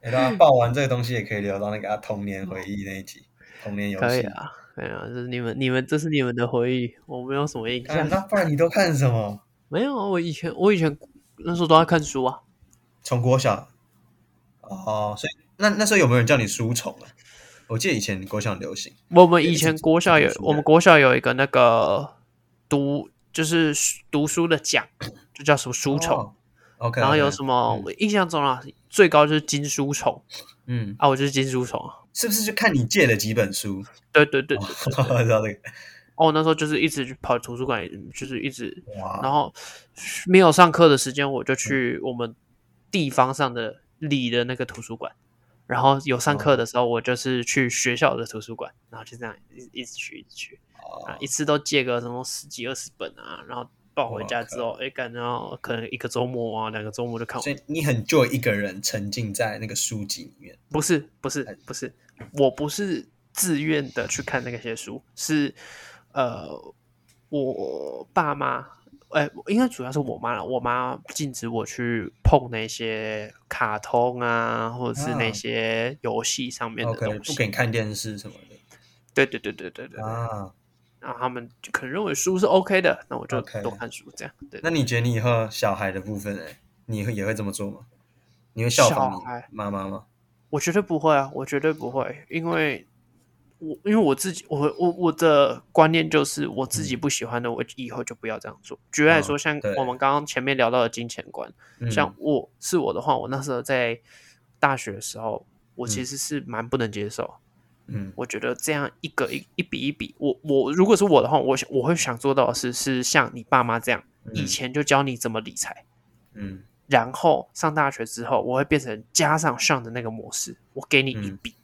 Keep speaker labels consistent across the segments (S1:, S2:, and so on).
S1: 哎、对
S2: 嗯
S1: 啊，报完这个东西也可以留到那个、啊、童年回忆那一集，童年游
S2: 嗯可以
S1: 戏。
S2: 啊，可以啊，这是你们你们这是你们的回忆，我没有什么印
S1: 啊
S2: 象。
S1: 那不然你都看什么？
S2: 没有啊，我以前我以前那时候都在看书啊，
S1: 从国小哦，所以那那时候有没有人叫你书虫啊？我记得以前国小很流行，
S2: 我们
S1: 对
S2: 以
S1: 一
S2: 前
S1: 直
S2: 国小
S1: 读
S2: 有
S1: 书
S2: 我
S1: 的
S2: 们国小有一个那个读就是书读书的奖，就叫什么书虫，
S1: 哦。OK，
S2: 然后有什么、
S1: 嗯
S2: 我印象中啊最高就是金书虫
S1: 嗯，
S2: 啊，我就是金书虫啊。
S1: 是不是就看你借了几本书？
S2: 对对对，
S1: 哦
S2: 对
S1: 知道这个。
S2: 哦，我那时候就是一直去跑图书馆，就是一直，
S1: 哇，
S2: 然后没有上课的时间，我就去我们地方上的里的那个图书馆，然后有上
S1: 哦
S2: 课的时候，我就是去学校的图书馆，然后就这样一一直去一直去
S1: 哦
S2: 啊，一次都借个什么十几二十本啊，然后抱回家之后，哎，感觉可能一个周末啊，两个周末就看
S1: 所
S2: 完。
S1: 以你很就一个人沉浸在那个书籍里面。
S2: 不是不
S1: 哎
S2: 是不是，我不是自愿的去看那个些书，是呃，我爸妈，哎、应该主要是我妈了。我妈禁止我去碰那些卡通啊，或者是
S1: 啊
S2: 那些游戏上面的
S1: OK，
S2: 东
S1: 哦不
S2: 西。
S1: 给你看电视什么的
S2: 对对对对对对。
S1: 啊。
S2: 然后他们就可能认为书是 OK 的，那我就
S1: OK
S2: 多看书这样。对，
S1: 那你觉得你以后小孩的部分，哎，你会也会这么做吗？你会效仿
S2: 小
S1: 你
S2: 孩
S1: 妈妈吗？
S2: 我绝对不会啊，我绝对不会，因为我因为我自己，我我我的观念就是我自己不喜欢的，我以后就不要这样做。举例来说，
S1: 嗯
S2: 像
S1: 对
S2: 我们刚刚前面聊到的金钱观，
S1: 嗯
S2: 像我是我的话，我那时候在大学的时候，我其
S1: 嗯
S2: 实是蛮不能接受。
S1: 嗯
S2: 我觉得这样一个一一笔一笔，我我如果是我的话，我想我会想做到的是是像你爸妈这样，以
S1: 嗯
S2: 前就教你怎么理财。
S1: 嗯
S2: 然后上大学之后，我会变成加上上的那个模式，我给你一
S1: 嗯
S2: 笔，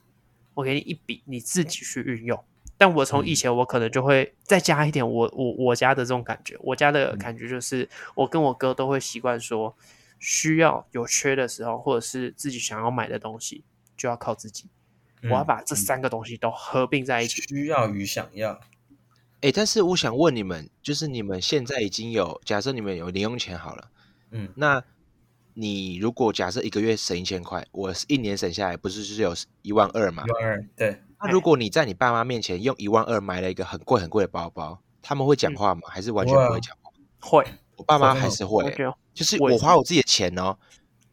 S2: 我给你一笔，你自己去运用。但我从
S1: 嗯
S2: 以前我可能就会再加一点我我我家的这种感觉，我家
S3: 嗯
S2: 的感觉就是我跟我哥都会习惯说，需要有缺的时候，或者是自己想要买的东西，就要靠自己。
S1: 嗯
S2: 我要把这三个东西都合并在一起。
S1: 需要与想要，
S3: 哎，但是我想问你们，就是你们现在已经有，假设你们有零用钱好了，
S1: 嗯
S3: 那你如果假设一个月省一千块，我是一年省下来不是就是有一万二嘛
S1: 一？万二，对，
S3: 那如果你在你爸妈面前用一万二买了一个很贵很贵的包包，他们会讲
S2: 嗯
S3: 话吗？还是完
S1: 不
S3: 全
S1: 会
S3: 不
S1: 啊
S3: 会讲话？
S2: 会，
S3: 我爸妈
S1: 真的
S3: 还
S1: 吗
S3: 是会
S2: 我
S3: 欸，
S2: 觉得
S3: 就是
S2: 我也
S3: 我
S2: 是
S3: 花我自己的钱哦，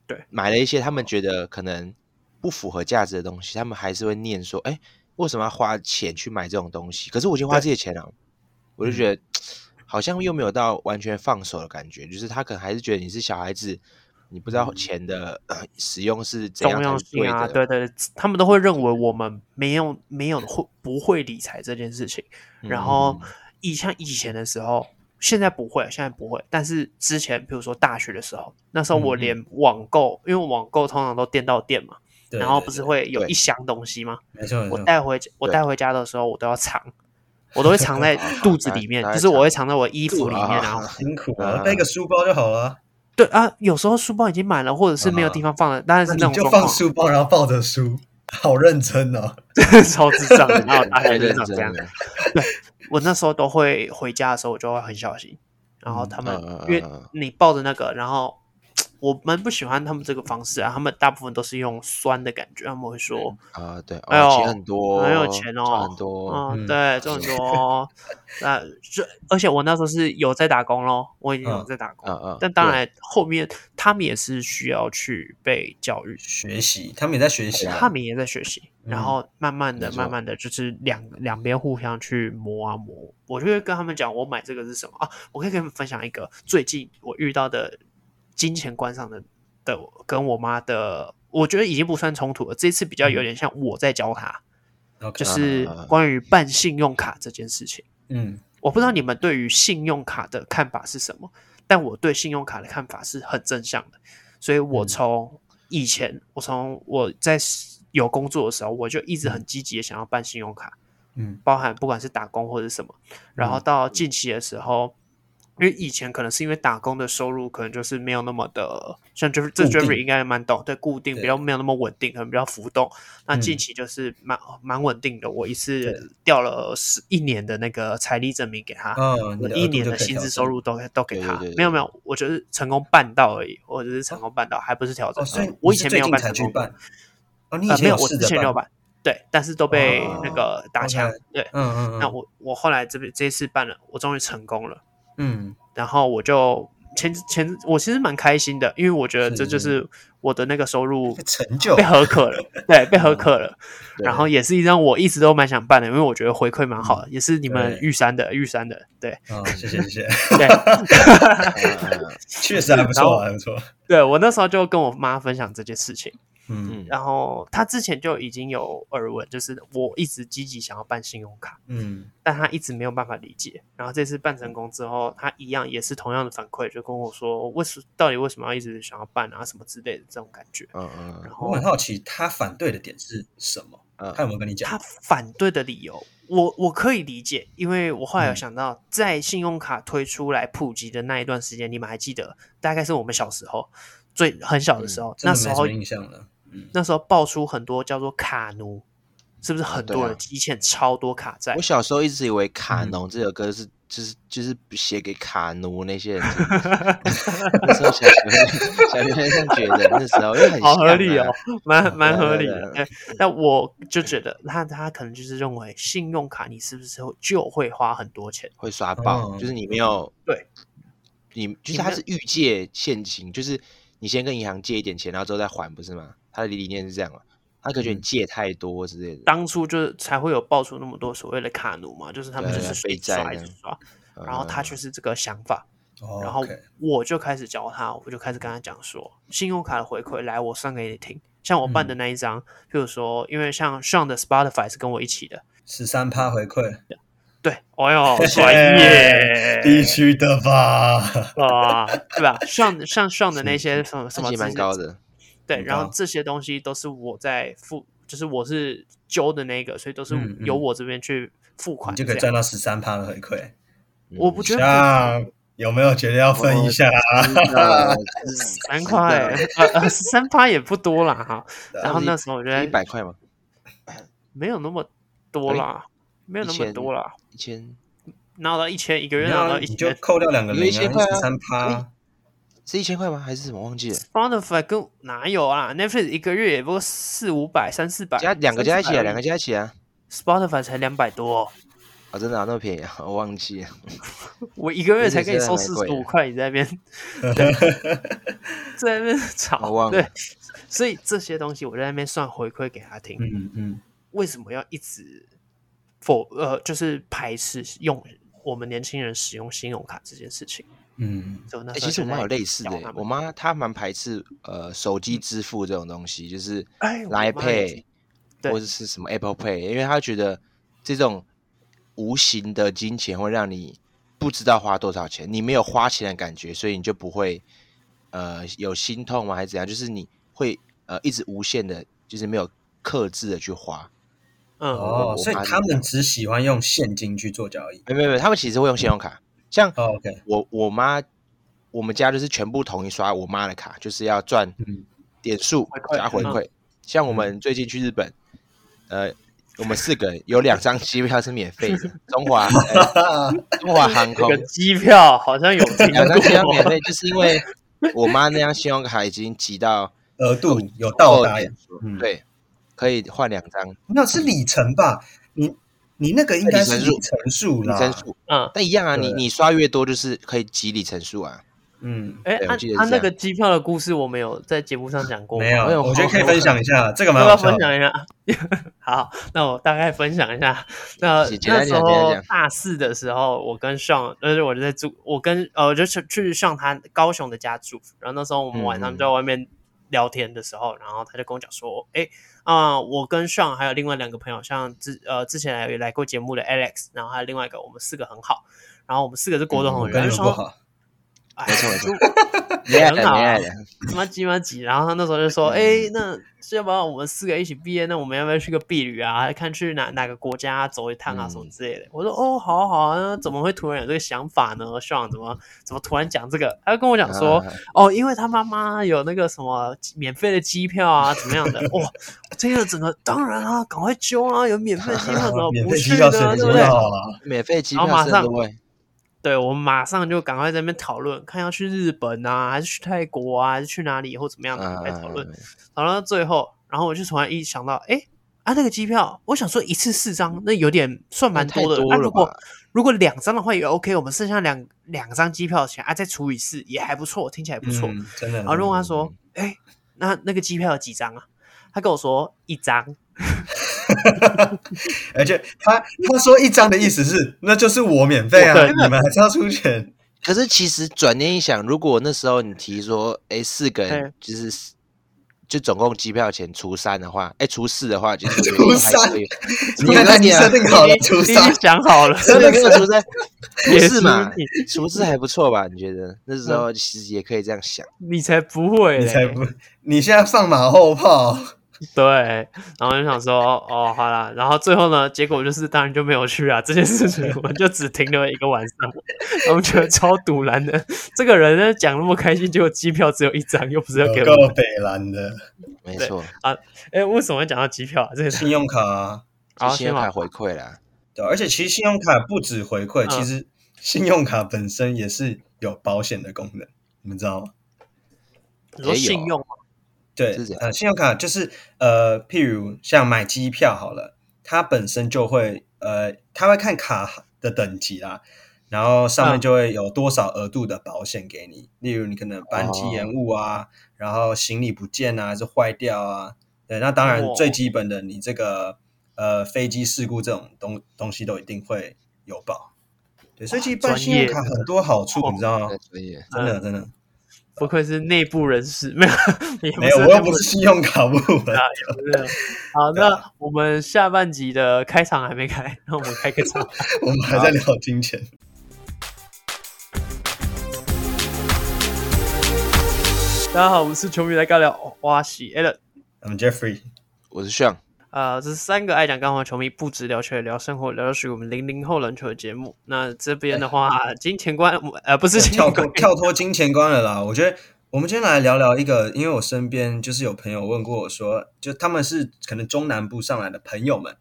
S2: 对，
S3: 买了一些他们觉得可能不符合价值的东西，他们还是会念说，哎，为什么要花钱去买这种东西？可是我已经花自己的钱了，我就觉
S2: 嗯
S3: 得好像又没有到完全放手的感觉，就是他可能还是觉得你是小孩子，你不知道
S1: 嗯
S3: 钱的、 呃使用是怎
S2: 重
S3: 样才
S2: 要
S3: 是对
S2: 性啊，
S3: 的，
S2: 对对，对他们都会认为我们没有没有会不会理财这件事情。然
S3: 嗯
S2: 后
S1: 嗯
S2: 以像以前的时候，现在不会，现在不会。但是之前，比如说大学的时候，那时候我
S1: 嗯嗯
S2: 连网购，因为网购通常都店到店嘛，
S1: 对
S2: 然后
S1: 对
S2: 不是
S1: 对嗯
S2: 会有
S3: 对
S2: 一箱东西吗？
S1: 没错没
S2: 我
S1: 错，
S2: 带回我
S3: 对
S2: 带回家的时候，我都要藏，我都会 藏在肚子里面，
S3: 大家
S2: 就是我
S3: 藏
S2: 会藏在我衣服里面，
S3: 啊
S2: 然后
S1: 辛苦
S2: 呃
S1: 了，
S3: 啊
S1: 带一个书包就好了，
S2: 对啊，有时候书包已经满了，或者是没有地方放了，当然是
S1: 嗯那
S2: 那
S1: 你
S2: 种
S1: 就
S2: 状
S1: 放
S2: 况，
S1: 书包，然后抱着书，好认真哦，
S2: 超智障的。然后大
S3: 太
S2: 学就
S3: 认
S2: 长这
S3: 嗯真
S2: 样，
S3: 了，
S2: 我那时候都会回家的时候，我就会很小心。然后他们，
S3: 嗯嗯
S2: 因为
S3: 嗯嗯
S2: 你抱着那个，然后我蛮不喜欢他们这个方式啊。他们大部分都是用酸的感觉，他们会说
S3: 啊，对，
S2: 哎呦
S3: 哦，钱很多，
S2: 很有钱
S3: 赚
S2: 哦，
S3: 很多，
S2: 嗯，
S1: 嗯
S2: 对，赚很多哦。 那这而且我那时候是有在打工咯，我已经有在打工。
S3: 嗯嗯，
S2: 但当
S3: 对
S2: 然后面他们也是需要去被教育，
S1: 学习，他们也在学习啊，
S2: 他们也在学习，
S1: 嗯
S2: 然后慢慢的、
S3: 没错
S2: 慢慢的，就是两两边互相去磨啊磨。我就会跟他们讲，我买这个是什么啊？我可以跟你们分享一个最近我遇到的金钱观上的的跟我妈的，我觉得已经不算冲突了。这次比较有点像我在教她，
S1: OK，
S2: 就是
S3: 嗯啊
S2: 关于办信用卡这件事情。
S1: 嗯
S2: 我不知道你们对于信用卡的看法是什么，但我对信用卡的看法是很正向的，所以我
S1: 嗯
S2: 从以前，我从我在有工作的时候，我就一直很积极的想要办信用卡，
S1: 嗯
S2: 包含不管是打工或者什么，然后到近期的时候。因为以前可能是因为打工的收入可能就是没有那么的，像 Jeffrey 这
S1: 固定
S2: Jeffrey 应该蛮懂，对固定
S1: 对
S2: 比较没有那么稳定，可能比较浮动。那
S1: 嗯
S2: 近期就是蛮蛮稳定的，我一
S1: 对
S2: 次调了十一年的那个财力证明给他，
S1: 哦，
S2: 啊
S1: 你
S2: 我
S1: 的
S2: 一
S1: 额度
S2: 年
S1: 就
S2: 的
S1: 可以
S2: 薪
S1: 调
S2: 资
S1: 整
S2: 收入都给都给
S3: 对
S2: 他
S3: 对对，对
S2: 没有没有，我只是成功办到而已，我只是成功办到，还不是调整
S1: 哦，所以
S2: 到。我
S1: 你
S2: 以
S1: 是
S2: 前
S1: 最
S2: 没有
S1: 近
S2: 办
S1: 才
S2: 成
S1: 去
S2: 功过
S1: 办，哦，你以
S2: 呃，没
S1: 前
S2: 有，我
S1: 试
S2: 之
S1: 着
S2: 前有
S1: 办，
S2: 办，对，但是都被
S1: 哦
S2: 那个打
S1: OK
S2: 枪。对，
S1: 嗯嗯，嗯
S2: 那我我后来这边这一次办了，我终于成功了。
S1: 嗯
S2: 然后我就前前我其实蛮开心的，因为我觉得这就是我的那个 收入
S1: 成就
S2: 被合可了，对，被
S1: 嗯
S2: 合可了。
S3: 对
S2: 然后也是一张我一直都蛮想办的，因为我觉得回馈蛮好的，也是你
S1: 对
S2: 们玉山的玉山的， 对
S1: 啊， 谢谢谢谢，
S2: 对
S3: 嗯
S1: 确实还不
S2: 然
S1: 错啊
S2: 后
S1: 还不错，
S2: 对，我那时候就跟我妈分享这件事情，
S1: 嗯
S3: 嗯，
S2: 然后她之前就已经有耳闻，就是我一直积极想要办信用卡，
S1: 嗯
S2: 但她一直没有办法理解。然后这次办成功之后，她一样也是同样的反馈，就跟我说为什到底为什么要一直想要办啊什么之类的这种感觉。
S3: 嗯嗯
S2: 然
S1: 我
S2: 后
S1: 很好奇他反对的点是什么，他有没有跟你讲
S2: 他？反对的理由，我我可以理解，因为我后来有
S1: 嗯
S2: 想到，在信用卡推出来普及的那一段时间，你们还记得，大概是我们小时候最很小的时候，
S1: 嗯真
S2: 那
S1: 的
S2: 时
S1: 没什
S2: 候
S1: 么印象了，嗯
S2: 那时候爆出很多叫做卡奴，是不是很多人、
S3: 哦对啊
S2: 以前超多卡债
S3: 我？小时候一直以为卡农这首歌是就是就是写给卡奴那些人听的，那时候小学会小学会这样觉得，那时候因为很
S2: 好
S3: 像
S2: 合理哦
S3: 啊，
S2: 蛮蛮合理
S3: 哦对啊
S2: 的。
S3: 对
S2: 对那我就觉得他他可能就是认为信用卡你是不是会就会花很多钱？
S3: 会刷爆，
S1: 哦
S3: 就是你没有
S2: 对，
S3: 你就
S2: 你
S3: 是它
S2: 没有
S3: 是预借现金，就是你先跟银行借一点钱，然后之后再还，不是吗？他的理念是这样嘛？他可能觉得你
S1: 嗯
S3: 借太多之类的，
S2: 当初就是才会有爆出那么多所谓的卡奴嘛，就是他们就
S3: 对
S2: 是
S3: 被
S2: 随
S3: 债
S2: 刷一
S3: 的
S2: 直刷，然后他
S3: 嗯
S2: 就是这个想法，
S1: 哦
S2: 然后
S1: OK
S2: 我就开始教他，我就开始跟他讲说，信用卡的回馈来，我算给你听。像我
S3: 嗯
S2: 办的那一张，譬如说，因为像 Sean 的 Spotify 是跟我一起的，
S1: 十三趴回馈，
S2: 对，哎呦，
S1: 嘿
S2: 专业
S1: 必须的吧？
S2: 啊，对吧？像像 Sean 的那些什么什
S3: 成
S2: 么
S3: 绩蛮
S2: 之
S3: 高，的，
S2: 对，
S1: 很
S2: 然后
S1: 高
S2: 这些东西都是我在付，就是我是揪的那个，所以都是
S1: 嗯嗯
S2: 由我这边去付款
S1: 你
S2: 这
S1: 就可以
S2: 样。
S1: 赚到十三趴的回馈，
S2: 我不
S3: 嗯
S2: 觉得
S1: 像有没有觉得要分一下啊？
S3: 知道
S2: 三块，
S3: 啊
S2: 呃呃，三趴也不多啦哈。然后那时候我觉得
S3: 一啊百块嘛，
S2: 没有那么多啦，没有那么
S3: 1000
S2: 多啦，
S3: 一千
S2: 拿到一千，一个月
S1: 没
S2: 拿
S1: 有
S2: 到
S1: 啊
S2: 一
S1: 你就
S2: 千。
S1: 扣掉两个
S3: 有一
S1: 零
S3: 些
S1: 啊，
S3: 块啊
S1: 十三趴，
S3: 是一千块吗？还是什么忘记了？
S2: Spotify 跟哪有啊？Netflix 一个月也不过四五百、三四百，
S3: 加两个加一起啊，两个
S2: 加
S3: 加一起啊！
S2: Spotify 才两百多哦，
S3: 哦，真的啊，那么便宜啊，我忘记了。
S2: 我一个月
S3: 而
S2: 才
S3: 且
S2: 给你
S3: 现在
S2: 收
S3: 还
S2: 四
S3: 贵
S2: 十五
S3: 啊
S2: 块，你在那 边在那边
S3: 我
S2: 吵，
S3: 忘
S2: 对
S3: 了，
S2: 所以这些东西我在那边算回馈给他听，
S1: 嗯嗯，
S2: 为什么要一直否呃，就是排斥用我们年轻人使用信用卡这件事情？
S1: 嗯，
S2: 就那
S3: 欸
S2: 时候
S3: 其实我
S2: 就
S3: 妈
S2: 在
S3: 有类似的
S2: 教
S3: 欸、
S2: 他们
S3: 我妈她蛮排斥呃手机支付这种东西，就是
S2: 嗯哎我
S3: 来
S2: 妈也是
S3: Pay
S2: 对
S3: 或者是什么 Apple Pay，因为她觉得这种无形的金钱会让你不知道花多少钱，你没有花钱的感觉，所以你就不会呃有心痛吗？还是怎样？就是你会呃一直无限的，就是没有克制的去花。
S2: 嗯，
S1: 哦，
S3: 我
S1: 所以
S3: 妈是
S1: 他
S3: 这
S1: 们
S3: 样
S1: 只喜欢用现金去做交易。
S3: 哎没有没有没有，他们其实会用信用卡，像
S1: 哦 OK，
S3: 我我妈，我们家就是全部统一刷我妈的卡，就是要赚
S1: 嗯
S3: 点数
S2: 回馈
S3: 加回
S2: 嗯
S3: 馈。像我们最近去日本，呃，我们四个人有两张机票是免费 的，中华、呃中华航
S2: 这
S3: 空
S2: 个机票好像有 听
S3: 两张机票免
S2: 过，
S3: 费，就是因为我妈那张信用卡已经集到
S1: 额度有到
S3: 哦
S1: 达呀，嗯，，
S3: 对，可以换两张里
S1: 那是里程吧？你你那个应该是里程数啦，
S3: 程数，
S2: 嗯，
S3: 但一样啊，
S1: 对
S3: 你你刷越多就是可以集里程数啊。
S1: 嗯，
S2: 哎，
S3: 对我
S2: 按
S3: 记得是
S2: 按
S3: 这
S2: 那
S3: 样
S2: 个机票的故事，我们有在节目上讲过吗，
S1: 没有
S3: 没有，
S1: 我觉得可以
S3: 我我
S1: 分享一下，这个
S2: 要
S1: 蛮
S2: 不要
S1: 好笑
S2: 分
S1: 的。
S2: 享一下？ 好，那我大概分享一下。那
S3: 简单
S2: 那时
S3: 讲简单
S2: 候
S3: 讲
S2: 大四的时候，我跟上，就是我就在住，我跟呃，我就去去上他高雄的家住。然后那时候我们晚
S3: 嗯嗯
S2: 上在外面聊天的时候，然后他就跟我讲说，哎、啊、我跟上还有另外两个朋友，像之呃之前有来过节目的 Alex，然后还有另外一个，我们四个很好。然后我们四个是国中
S3: 嗯
S1: 我
S2: 同学，
S1: 跟你
S2: 就
S1: 们不
S2: 说
S1: 好，
S2: 哎
S3: 没错没错
S2: 就
S3: 没爱的，
S2: 很好啊
S3: 没爱的，
S2: 他妈鸡妈鸡，然后他那时候就说：“
S3: 嗯
S2: 哎、那要不然我们四个一起毕业，那我们要不要去个避旅啊？看去哪哪个国家走一趟啊，
S3: 嗯
S2: 什么之类的。我说：“哦，好啊好啊，那怎么会突然有这个想法呢？上怎么怎么突然讲这个？”他就跟我讲说：“
S3: 啊
S2: 哦，因为他妈妈有那个什么免费的机票啊，怎么样的？哇，这个整个当然啊，赶快揪啊，有免费的 机票怎么
S1: 免
S2: 不
S1: 费
S2: 去
S1: 机票
S2: 呢？
S1: 谁
S2: 对
S1: 不
S2: 不
S1: 知
S2: 对？”
S1: 道啊？
S3: 免费机
S2: 然后
S3: 票
S2: 马
S3: 甚至
S2: 上
S3: 会
S2: 对，我们马上就赶快在那边讨论，看要去日本啊，还是去泰国啊，还是去哪里或怎么样的，来讨论。
S3: 嗯
S2: 讨论到最后，然然后我就突然一想到，哎，啊那个机票，我想说一次四张，那有点算蛮
S3: 太
S2: 的。
S3: 多
S2: 那、
S3: 了
S2: 如果
S3: 吧
S2: 如果两张的话也 OK，我们剩下两两张机票的钱啊，再除以四也还不错，听起来不错。
S1: 嗯，真的。
S2: 然后就问他说：“哎、那那个机票有几张啊？”他跟我说一张，
S1: 而且他他说一张的意思是，那就是我免费
S2: 我
S1: 啊，
S2: 对
S1: 你们还是要出钱。
S3: 可是其实转念一想，如果那时候你提说，哎，四个
S2: 对
S3: 人就是四就总共机票钱除三的话，哎，除四的话，就是
S1: 除三
S3: 你
S1: 你看他已经设定好了
S2: 你，
S1: 出
S2: 你已
S1: 三
S2: 经，想好了，
S3: 真的跟除 三，不
S2: 也嗯
S3: 是嘛
S2: 你？
S3: 除四还不错吧？你觉得那时候其实也可以这样想，
S2: 你才不会嘞，
S1: 你才不，你现在放马后 炮。
S2: 对。然后就想说，哦，好啦。然后最后呢，结果就是当然就没有去啊，这件事情我们就只停留一个晚上， 然后觉得超堵然的。这个人呢讲那么开心，结果机票只有一张，又不是要给
S1: 有
S2: 我
S1: 够
S2: 们。
S1: 北蓝的
S3: 没错，
S2: 哎，为什么会讲到机票啊？这个
S1: 信用卡、啊，
S3: 就
S2: 好，
S3: 信用
S2: 先
S3: 卡
S2: 往
S3: 回馈啦。
S1: 对啊，而且其实信用卡不止回馈，
S2: 嗯
S1: 其实信用卡本身也是有保险的功能，你们知道吗？
S2: 你说
S3: 也有
S2: 信用嘛
S1: 对
S3: 是这，样
S1: 呃，信用卡就是呃，譬如像买机票好了，它本身就会呃，它会看卡的等级啦，然后上面
S2: 嗯
S1: 就会有多少额度的保险给你，例如你可能班机
S3: 哦
S1: 延误啊，然后行李不见啊，还是坏掉啊，对，那当然
S2: 哦
S1: 最基本的，你这个呃飞机事故这种东东西都一定会有保。对，所以其实办
S2: 专
S1: 信用
S2: 业
S1: 卡
S2: 的哦
S1: 很多好处，你知道吗
S3: 那？所以
S1: 真的真的，
S2: 不愧是内部人士，没有，也不
S1: 没有，
S2: 是啊
S1: 我又
S2: 内部
S1: 不是啊信用卡部门。
S2: 对好，那我们下半集的开场还没开， 那我们开个场。
S1: 我们还在聊金钱。
S2: 大家好，我们是球迷来尬聊，哇喜 a l l
S1: 嗯 Jeffrey，
S3: 我是 Sean，
S2: 呃，这是三个爱讲干话的球迷，不止聊球，也聊生活，聊属于我们零零后篮球的节目。那这边的话，
S3: 哎
S2: 金钱观，呃，不是金
S1: 跳
S2: 钱
S1: 脱
S2: 观，
S1: 跳脱金钱观了啦。我觉得我们今天来聊聊一个，因为我身边就是有朋友问过我说，就他们是可能中南部上来的朋友们，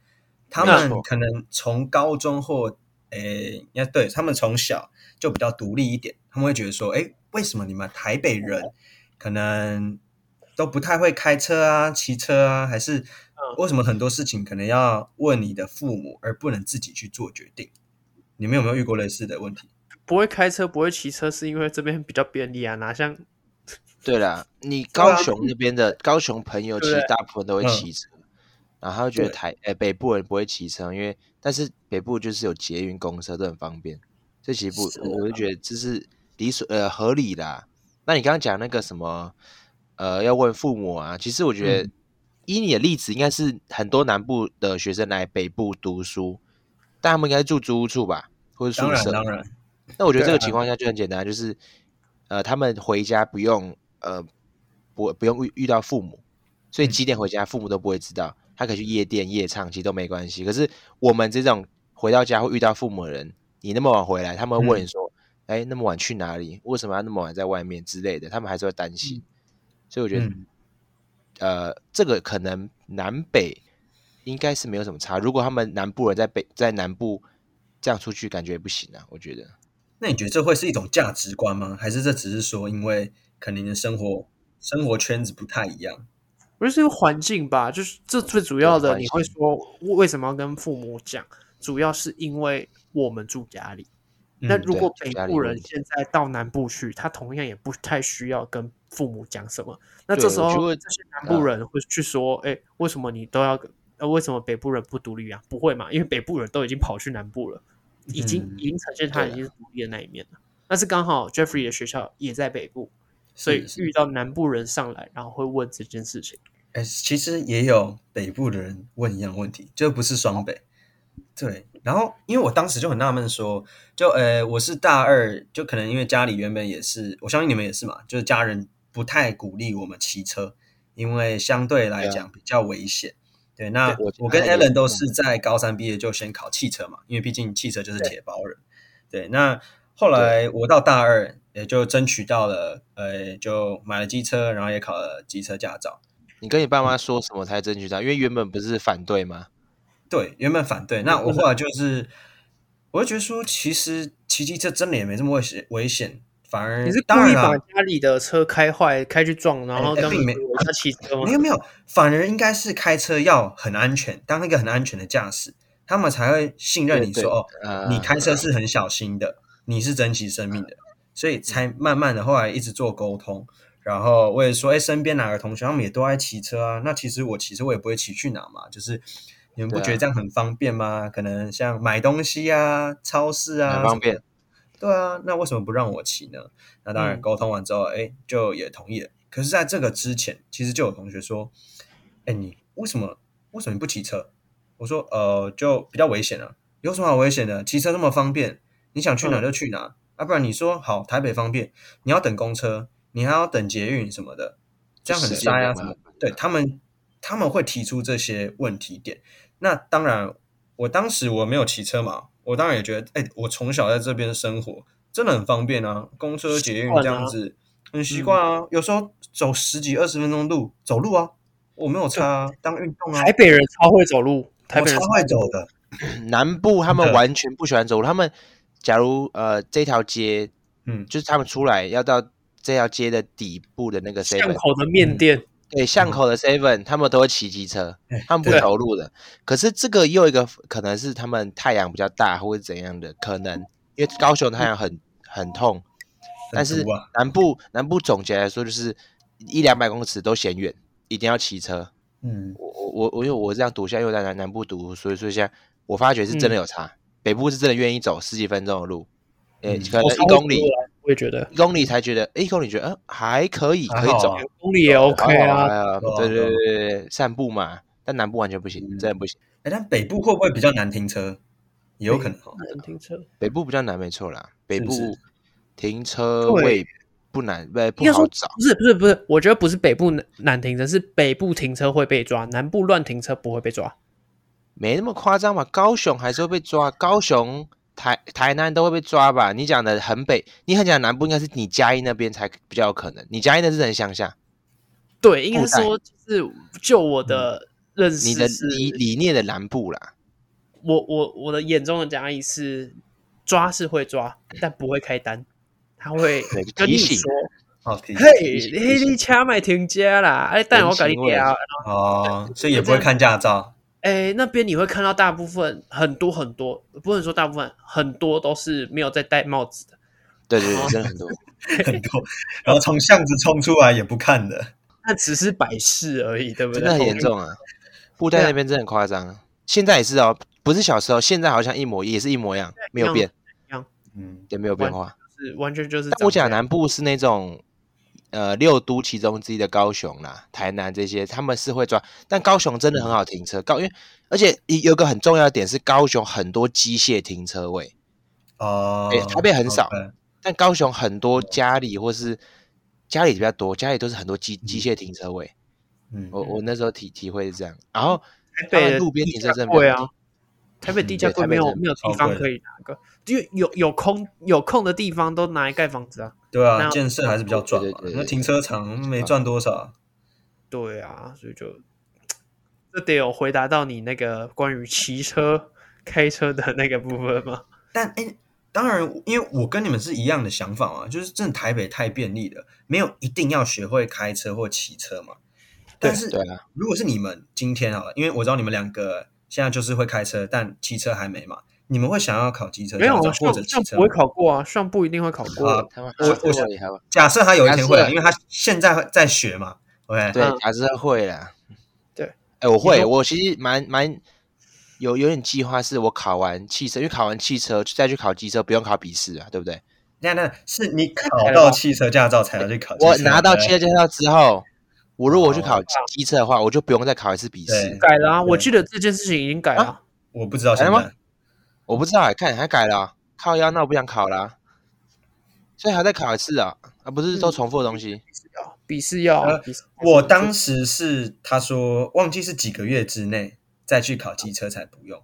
S1: 他
S2: 没
S1: 们
S3: 错
S1: 可能从高中或诶，应该对他们从小就比较独立一点，他们会觉得说，诶，为什么你们台北人可能都不太会开车啊、骑车啊，还是为什么很多事情可能要问你的父母，而不能自己去做决定？你们有没有遇过类似的问题？
S2: 不会开车，不会骑车，是因为这边比较便利啊，哪像
S3: 对啦，你
S1: 对啊
S3: 高雄那边的高雄朋友
S2: 对
S3: 其实
S2: 不对
S3: 大部分都会
S1: 嗯
S3: 骑车，然后他会觉得
S1: 对
S3: 台呃北部人不会骑车，因为但是北部就是有捷运、公车都很方便，这其实不
S1: 是，啊
S3: 我我就觉得这是理所呃合理啦。那你刚刚讲那个什么呃要问父母啊，其实我觉得
S1: 嗯
S3: 以你的例子，应该是很多南部的学生来北部读书，但他们应该住租屋处吧，或者宿
S1: 当然，
S3: 舍。
S1: 当然。
S3: 那我觉得这
S1: 对啊
S3: 个情况下就很简单，就是呃，他们回家不用呃不不用遇遇到父母，所以
S1: 嗯
S3: 几点回家父母都不会知道，他可以去夜店夜唱，其实都没关系。可是我们这种回到家会遇到父母的人，你那么晚回来，他们会
S1: 嗯
S3: 问你说，哎、那么晚去哪里？为什么要那么晚在外面之类的？他们还是会担心。所以我觉得、
S1: 嗯
S3: 呃，这个可能南北应该是没有什么差。如果他们南部人在北在南部这样出去，感觉不行啊，我觉得。
S1: 那你觉得这会是一种价值观吗？还是这只是说，因为可能你的生活生活圈子不太一样？
S2: 我觉得是一个环境吧，就是这最主要
S3: 对
S2: 的，
S3: 环
S2: 你
S3: 境
S2: 会说为什么要跟父母讲，主要是因为我们住家里。那
S1: 嗯
S2: 如果
S3: 对
S2: 北
S3: 家里
S2: 部
S3: 问
S2: 人
S3: 题
S2: 现在到南部去，他同样也不太需要跟父母讲什么。那
S3: 对
S2: 这时
S3: 我觉
S2: 候
S3: 得
S2: 这些南
S1: 啊
S2: 部人会去说：“哎、为什么你都要跟？呃，为什么北部人不独立啊？”不会嘛，因为北部人都已经跑去南部了，已经、
S1: 嗯
S2: 已经呈现他
S3: 对啊
S2: 已经是独立的那一面了。但是刚好 Jeffrey 的学校也在北部，所以
S1: 是是
S2: 遇到南部人上来，然后会问这件事情。
S1: 哎、其实也有北部的人问一样问题，就不是双北。对，然后因为我当时就很纳闷说，就呃，我是大二，就可能因为家里原本也是，我相信你们也是嘛，就是家人不太鼓励我们骑车，因为相对来
S3: 对啊
S1: 讲比较危险。对，那
S3: 对我
S1: 我跟
S3: 家里也
S1: Alan 都
S3: 是
S1: 是在高三毕业就先考汽车嘛，因为毕竟汽车就是铁包人。对，那后来我到大二也就争取到了，呃，就买了机车，然后也考了机车驾照。
S3: 你跟你爸妈说什么才争取到？因为原本不是反对吗？
S1: 对，原本反对，那
S2: 嗯
S1: 我后来就是，我就觉得说，其实骑机车真的也没这么危险，危险，反而
S2: 你是故
S1: 当
S2: 意
S1: 然
S2: 把
S1: 啦，
S2: 家里的车开坏，开去撞，然后
S1: 哎哎
S2: 让
S1: 并没
S2: 他骑车吗
S1: 没？有啊没有，反而应该是开车要很安全，当一个很安全的驾驶，他们才会信任你
S3: 对
S1: 说哦，
S3: 呃嗯
S1: 你开车是很小心的，你是珍惜生命的，所以才慢慢的后来一直做沟通。然后我也说，哎，身边哪个同学他们也都爱骑车啊？那其实我骑车我也不会骑去哪嘛，就是你们不
S3: 对啊
S1: 觉得这样很方便吗？可能像买东西啊、超市啊，
S3: 很方便。
S1: 对啊，那为什么不让我骑呢？那当然，
S2: 嗯
S1: 沟通完之后，哎、就也同意了。可是，在这个之前，其实就有同学说：“哎，你为什么为什么你不骑车？”我说：“呃，就比较危险啊，有什么好危险的？骑车那么方便，你想
S2: 嗯
S1: 去哪就去哪，啊，不然你说好台北方便，你要等公车，你还要等捷运什么的，这样很
S3: 时间
S1: 塞啊
S3: 很
S1: 什么
S3: 麻烦。”
S1: 对他们，他们会提出这些问题点。那当然，我当时我没有骑车嘛，我当然也觉得，哎、我从小在这边生活，真的很方便啊，公车、捷运
S2: 习惯啊嗯
S1: 这样子，很习惯啊。有时候走十几二十分钟路，走路啊，我没有差、啊，当运动啊，
S2: 台北人超会走路，台
S1: 我
S2: 北人
S1: 超
S2: 超
S1: 会走的，
S3: 南部他们
S1: 真的
S3: 完全不喜欢走路，他们假如呃这条街
S1: 嗯，
S3: 就是他们出来要到这条街的底部的那个
S2: 巷
S3: seven，
S2: 口的面店，
S3: 对巷口的 seven，他们都会骑机车，
S1: 哎
S3: 他们不
S2: 对
S3: 走路的。可是这个又有一个可能是他们太阳比较大或者怎样的，可能因为高雄太阳很很痛，但是
S1: 很毒啊
S3: 南部南部总结来说就是一两百公尺都嫌远，一定要骑车。
S1: 嗯，
S3: 我我我我因为我这样读，现在又在南南部读，所以说现在我发觉是
S1: 嗯
S3: 真的有差，北部是真的愿意走十几分钟的路，诶、
S1: 嗯
S3: 可能
S2: 我超
S3: 一
S2: 会
S3: 公里
S2: 走路啊我也觉得
S3: 一公里才觉得，诶一公里觉得嗯还可以，
S1: 还
S3: 可以
S1: 好
S3: 走
S1: 啊
S2: 两公里也 OK
S3: 还好
S2: 啊。
S3: 还好
S1: 对啊
S3: 对对
S1: 对啊
S3: 对对对，散步嘛，但南部完全不行，
S1: 嗯
S3: 真的不行，
S1: 哎、但北部会不会比较难停车？也有可能哦。
S2: 能停车，
S3: 北部比较难，没错啦，北
S1: 是
S3: 部
S1: 不是
S3: 停车
S2: 对
S3: 位不难，不
S2: 应该
S3: 不
S2: 说
S3: 好找，
S2: 不是不是不是，我觉得不是北部难难停车，是北部停车会被抓，南部乱停车不会被抓。
S3: 没那么夸张吧？高雄还是会被抓，高雄。台台南都会被抓吧？你讲的很北，你很讲南部，应该是你嘉义那边才比较有可能。你嘉义那是很乡下，
S2: 对，应该
S3: 布袋
S2: 说就是就我的认识
S3: 你的
S2: 是
S3: 理理念的南部啦，
S2: 我我我的眼中的嘉义是抓是会抓，但不会开单，他会
S3: 对
S2: 跟你
S3: 提醒
S2: 说，
S1: 好提
S2: 嘿，
S3: 提醒提
S2: 迄
S3: 醒
S2: 你车卖停家啦，哎，但我
S3: 人
S2: 跟你
S3: 情味
S2: 讲，
S1: 哦，所以也不会看驾 照。
S2: 哎，那边你会看到大部分很多很多，不能说大部分很多都是没有在戴帽子的，
S3: 对对哦 对，真啊的很多。
S1: 很多，然后从巷子冲出来也不看的，
S2: 那只是摆饰而已，对不对？
S3: 真的很严重啊！布袋那边真的很夸张啊，现在也是哦，不是小时候，现在好像一模也是一模一样，没有变，
S1: 嗯，
S3: 也没有变化。
S2: 是完全就是。
S3: 但我讲，南部是那种，呃，六都其中之一的高雄啦、台南这些，他们是会抓，但高雄真的很好停车，高因为而且一有个很重要的点是，高雄很多机械停车位，
S1: 哦，
S3: 对台北很少
S1: OK
S3: 但高雄很多家里或是家里比较多，家里都是很多机机械停车位。
S1: 嗯，
S3: 我我那时候体体会是这样，然后
S2: 台
S3: 他
S2: 北
S3: 们
S2: 的
S3: 路边
S2: 地
S3: 停车
S2: 价
S3: 证
S2: 贵
S3: 比较
S2: 啊
S3: 低，
S2: 台北地价
S3: 对
S2: 贵，
S3: 台
S2: 没
S3: 北
S2: 有
S3: 真的
S2: 没有地
S1: 超
S2: 方
S1: 贵
S2: 可以拿个，因为有有空有空的地方都拿来盖房子啊。
S1: 对
S2: 那
S1: 啊，建设还是比较赚嘛
S3: 对对对。对嗯
S1: 那停车场没赚多少啊，
S2: 对啊，所以就这得有回答到你那个关于骑车、开车的那个部分吗？
S1: 但哎、诶当然，因为我跟你们是一样的想法嘛，就是真的台北太便利了，没有一定要学会开车或骑车嘛。但是
S3: 对啊，
S1: 如果是你们今天啊，因为我知道你们两个现在就是会开车，但骑车还没嘛，你们会想要考机车
S2: 没有
S1: 驾照或
S2: 啊，像
S1: 者骑
S2: 像
S1: 车
S2: 不会
S1: 吗？
S2: 考过啊，像不一定会考过。
S1: 啊
S3: 他们
S1: 我我想
S3: 还会
S1: 假设他有一
S3: 假
S1: 天会啊，
S3: 设
S1: 因为他现在在学嘛，OK，
S3: 对
S2: 嗯，
S3: 假设会啦。
S2: 对，
S3: 哎，我
S2: 你
S3: 会，
S2: 说
S3: 我其实蛮蛮有有点计划，是我考完汽车，因为考完汽车再去考机车，不用考笔试啊，对不对？
S1: 那那是你
S2: 来
S1: 考
S2: 了吧
S1: 到汽车驾照才要去考机车，
S3: 我拿到汽车驾照之后，我如果去
S1: 哦
S3: 考机车的话，我就不用再考一次笔
S1: 对
S3: 试。
S2: 改了、啊，
S1: 对
S2: 我记得这件事情已经改了啊、
S1: 我不知道现
S3: 来了吗
S1: 在。
S3: 我不知道哎，看还改了啊，靠腰，那我不想考啦。所以还在考一次啊？啊，不是都
S2: 嗯
S3: 重复的东西？
S2: 笔试要啊
S1: 呃
S2: 笔试要
S1: 我当时是他说忘记是几个月之内再去考机车才不用。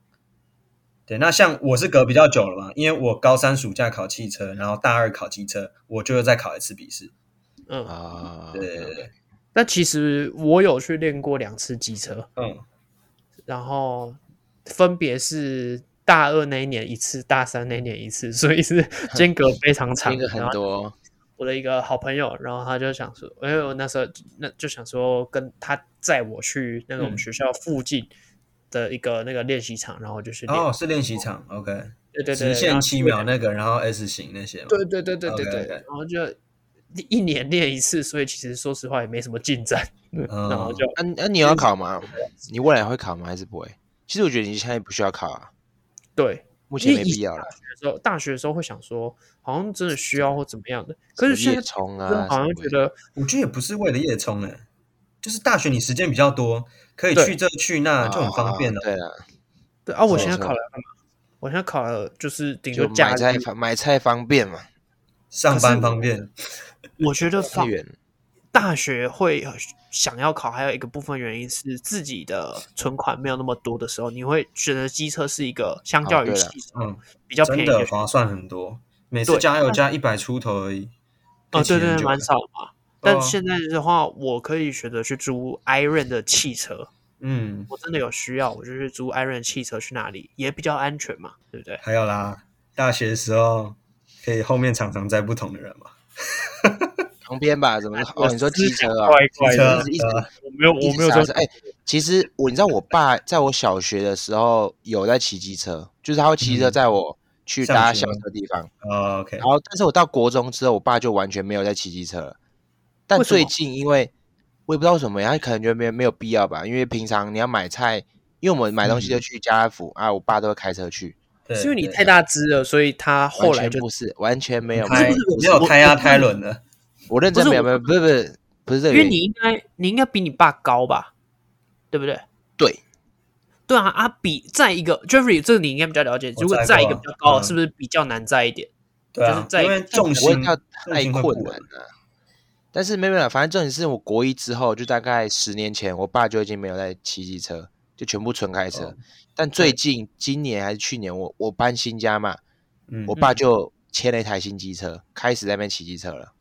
S1: 对，那像我是隔比较久了嘛，因为我高三暑假考汽车，然后大二考机车，我就又再考一次笔试。
S2: 嗯，
S3: 啊，
S1: 哦对对对
S3: OK，OK
S1: 对，
S2: 但其实我有去练过两次机车，
S1: 嗯，
S2: 然后分别是 大二那一年一次，大三那一年一次，所以是间隔非常长，
S3: 听个很
S1: 啊
S2: 然后
S3: 多，
S2: 我的一个好朋友，然后他就想说，因为我那时候那就想说跟他载我去那个我们
S1: 嗯
S2: 学校附近的一个那个练习场，然后就是练，
S1: 哦，是练习场，OK，
S2: 对对对，
S1: 直
S2: 然
S1: 线
S2: 后
S1: 七秒那个，然后 S 型那些嘛，
S2: 对对对对对
S1: OK，OK
S2: 对，然后就一年练一次，所以其实说实话也没什么进展，
S1: 嗯，
S2: 然后就
S3: 那、那、你
S2: 嗯
S3: 要考吗？你未来会考吗？还是不会？其实我觉得你现在不需要考啊，
S2: 对。
S3: 目前没
S2: 因为以
S3: 必要了
S2: 大。学的时候，大学的时候会想说，好像真的需要或怎么样的，
S3: 什
S2: 可
S3: 么
S2: 是现
S3: 夜
S2: 在
S3: 冲
S2: 真
S3: 啊
S2: 的，好像
S3: 什么
S2: 觉得
S1: 我觉得也不是为了夜冲诶，就是大学你时间比较多，可以
S2: 对
S1: 啊
S2: 啊
S1: 去这去那，就很方便
S3: 了。
S1: 了。
S3: 对啊，
S2: 对啊，我
S3: 没
S2: 现在
S3: 错
S2: 考了干嘛？我现在考了就是顶多
S3: 就
S2: 假
S3: 买菜
S2: 日，
S3: 买菜方便嘛，
S1: 上
S2: 可是
S1: 班
S2: 我
S1: 方便，
S2: 我觉得
S3: 太
S2: 放
S3: 远了。
S2: 大学会想要考，还有一个部分原因是自己的存款没有那么多的时候，你会觉得机车是一个相较于
S3: 哦对了
S2: 汽车
S1: 嗯，
S2: 比较便
S1: 真
S2: 宜的
S1: 的
S2: 选
S1: 划算很多。每次
S2: 对
S1: 加油加一百出头而已。
S2: 哦，
S1: 可以骑
S2: 对
S1: 很
S2: 对，对
S1: 久
S2: 蛮
S1: 的
S2: 少的嘛。但
S1: 啊
S2: 现在的话，我可以选择去租 Iron 的汽车，
S1: 嗯，
S2: 我真的有需要，我就去租 Iron 汽车去那里，也比较安全嘛，对不
S3: 啊
S2: 对？
S1: 还有啦，大学的时候可以后面常常载不同的人嘛。
S3: 旁边吧，怎么？
S2: 我
S3: 哦，你说
S2: 思
S3: 机
S2: 想
S3: 车啊？
S2: 怪怪
S1: 车
S2: 的，
S3: 一直一直
S1: 呃
S2: 我没有，我
S3: 一直
S2: 没有
S3: 啥
S2: 说
S3: 是哎、其实我你知道，我爸在我小学的时候有在骑机车，就是他会骑车
S1: 嗯
S3: 载我去
S1: 上
S3: 搭
S1: 学
S3: 校
S1: 吗
S3: 车的地方。
S1: 哦，OK，
S3: 然后，但是我到国中之后，我爸就完全没有在骑机车了。但
S2: 为什么
S3: 最近，因为我也不知道为什么，他可能觉得没有没有必要吧，因为平常你要买菜，因为我们买东西
S1: 嗯
S3: 就去家乐福、啊，我爸都会开车去。
S1: 对
S2: 是因为你
S1: 对
S2: 太大只了，所以他后
S3: 完
S2: 来
S3: 全
S2: 就
S3: 不是，完全没有。
S2: 不是
S1: 胎
S2: 不是不
S1: 没
S2: 是
S1: 有啊
S2: 我
S1: 胎压胎轮的，
S3: 我认
S2: 不
S3: 真
S2: 是
S3: 没有
S2: 我
S3: 没有，不是不是不是这个
S2: 因为
S3: 原
S2: 你
S3: 因。
S2: 应该你应该比你爸高吧，对不对？
S3: 对，
S2: 对啊，啊比在一个 Jeffrey 这个你应该比较了解，
S1: 我
S2: 如果
S1: 载
S2: 在一
S1: 过
S2: 个
S1: 啊
S2: 比较高的，
S1: 嗯
S2: 是不是比较难在一点？
S1: 对
S2: 就是
S1: 啊，
S2: 在
S1: 因为重
S3: 不会
S1: 心
S3: 到
S1: 重
S3: 太
S1: 心会
S3: 困
S1: 不
S3: 难
S1: 稳。
S3: 了、但是没有没有，反正重点是我国一之后，就大概十年前，我爸就已经没有在骑机车，就全部纯开车。
S1: 哦
S3: 但最近今年还是去年，我我搬新家嘛，
S1: 嗯
S3: 我，爸就签了一台新机车，开始在那边骑机车了。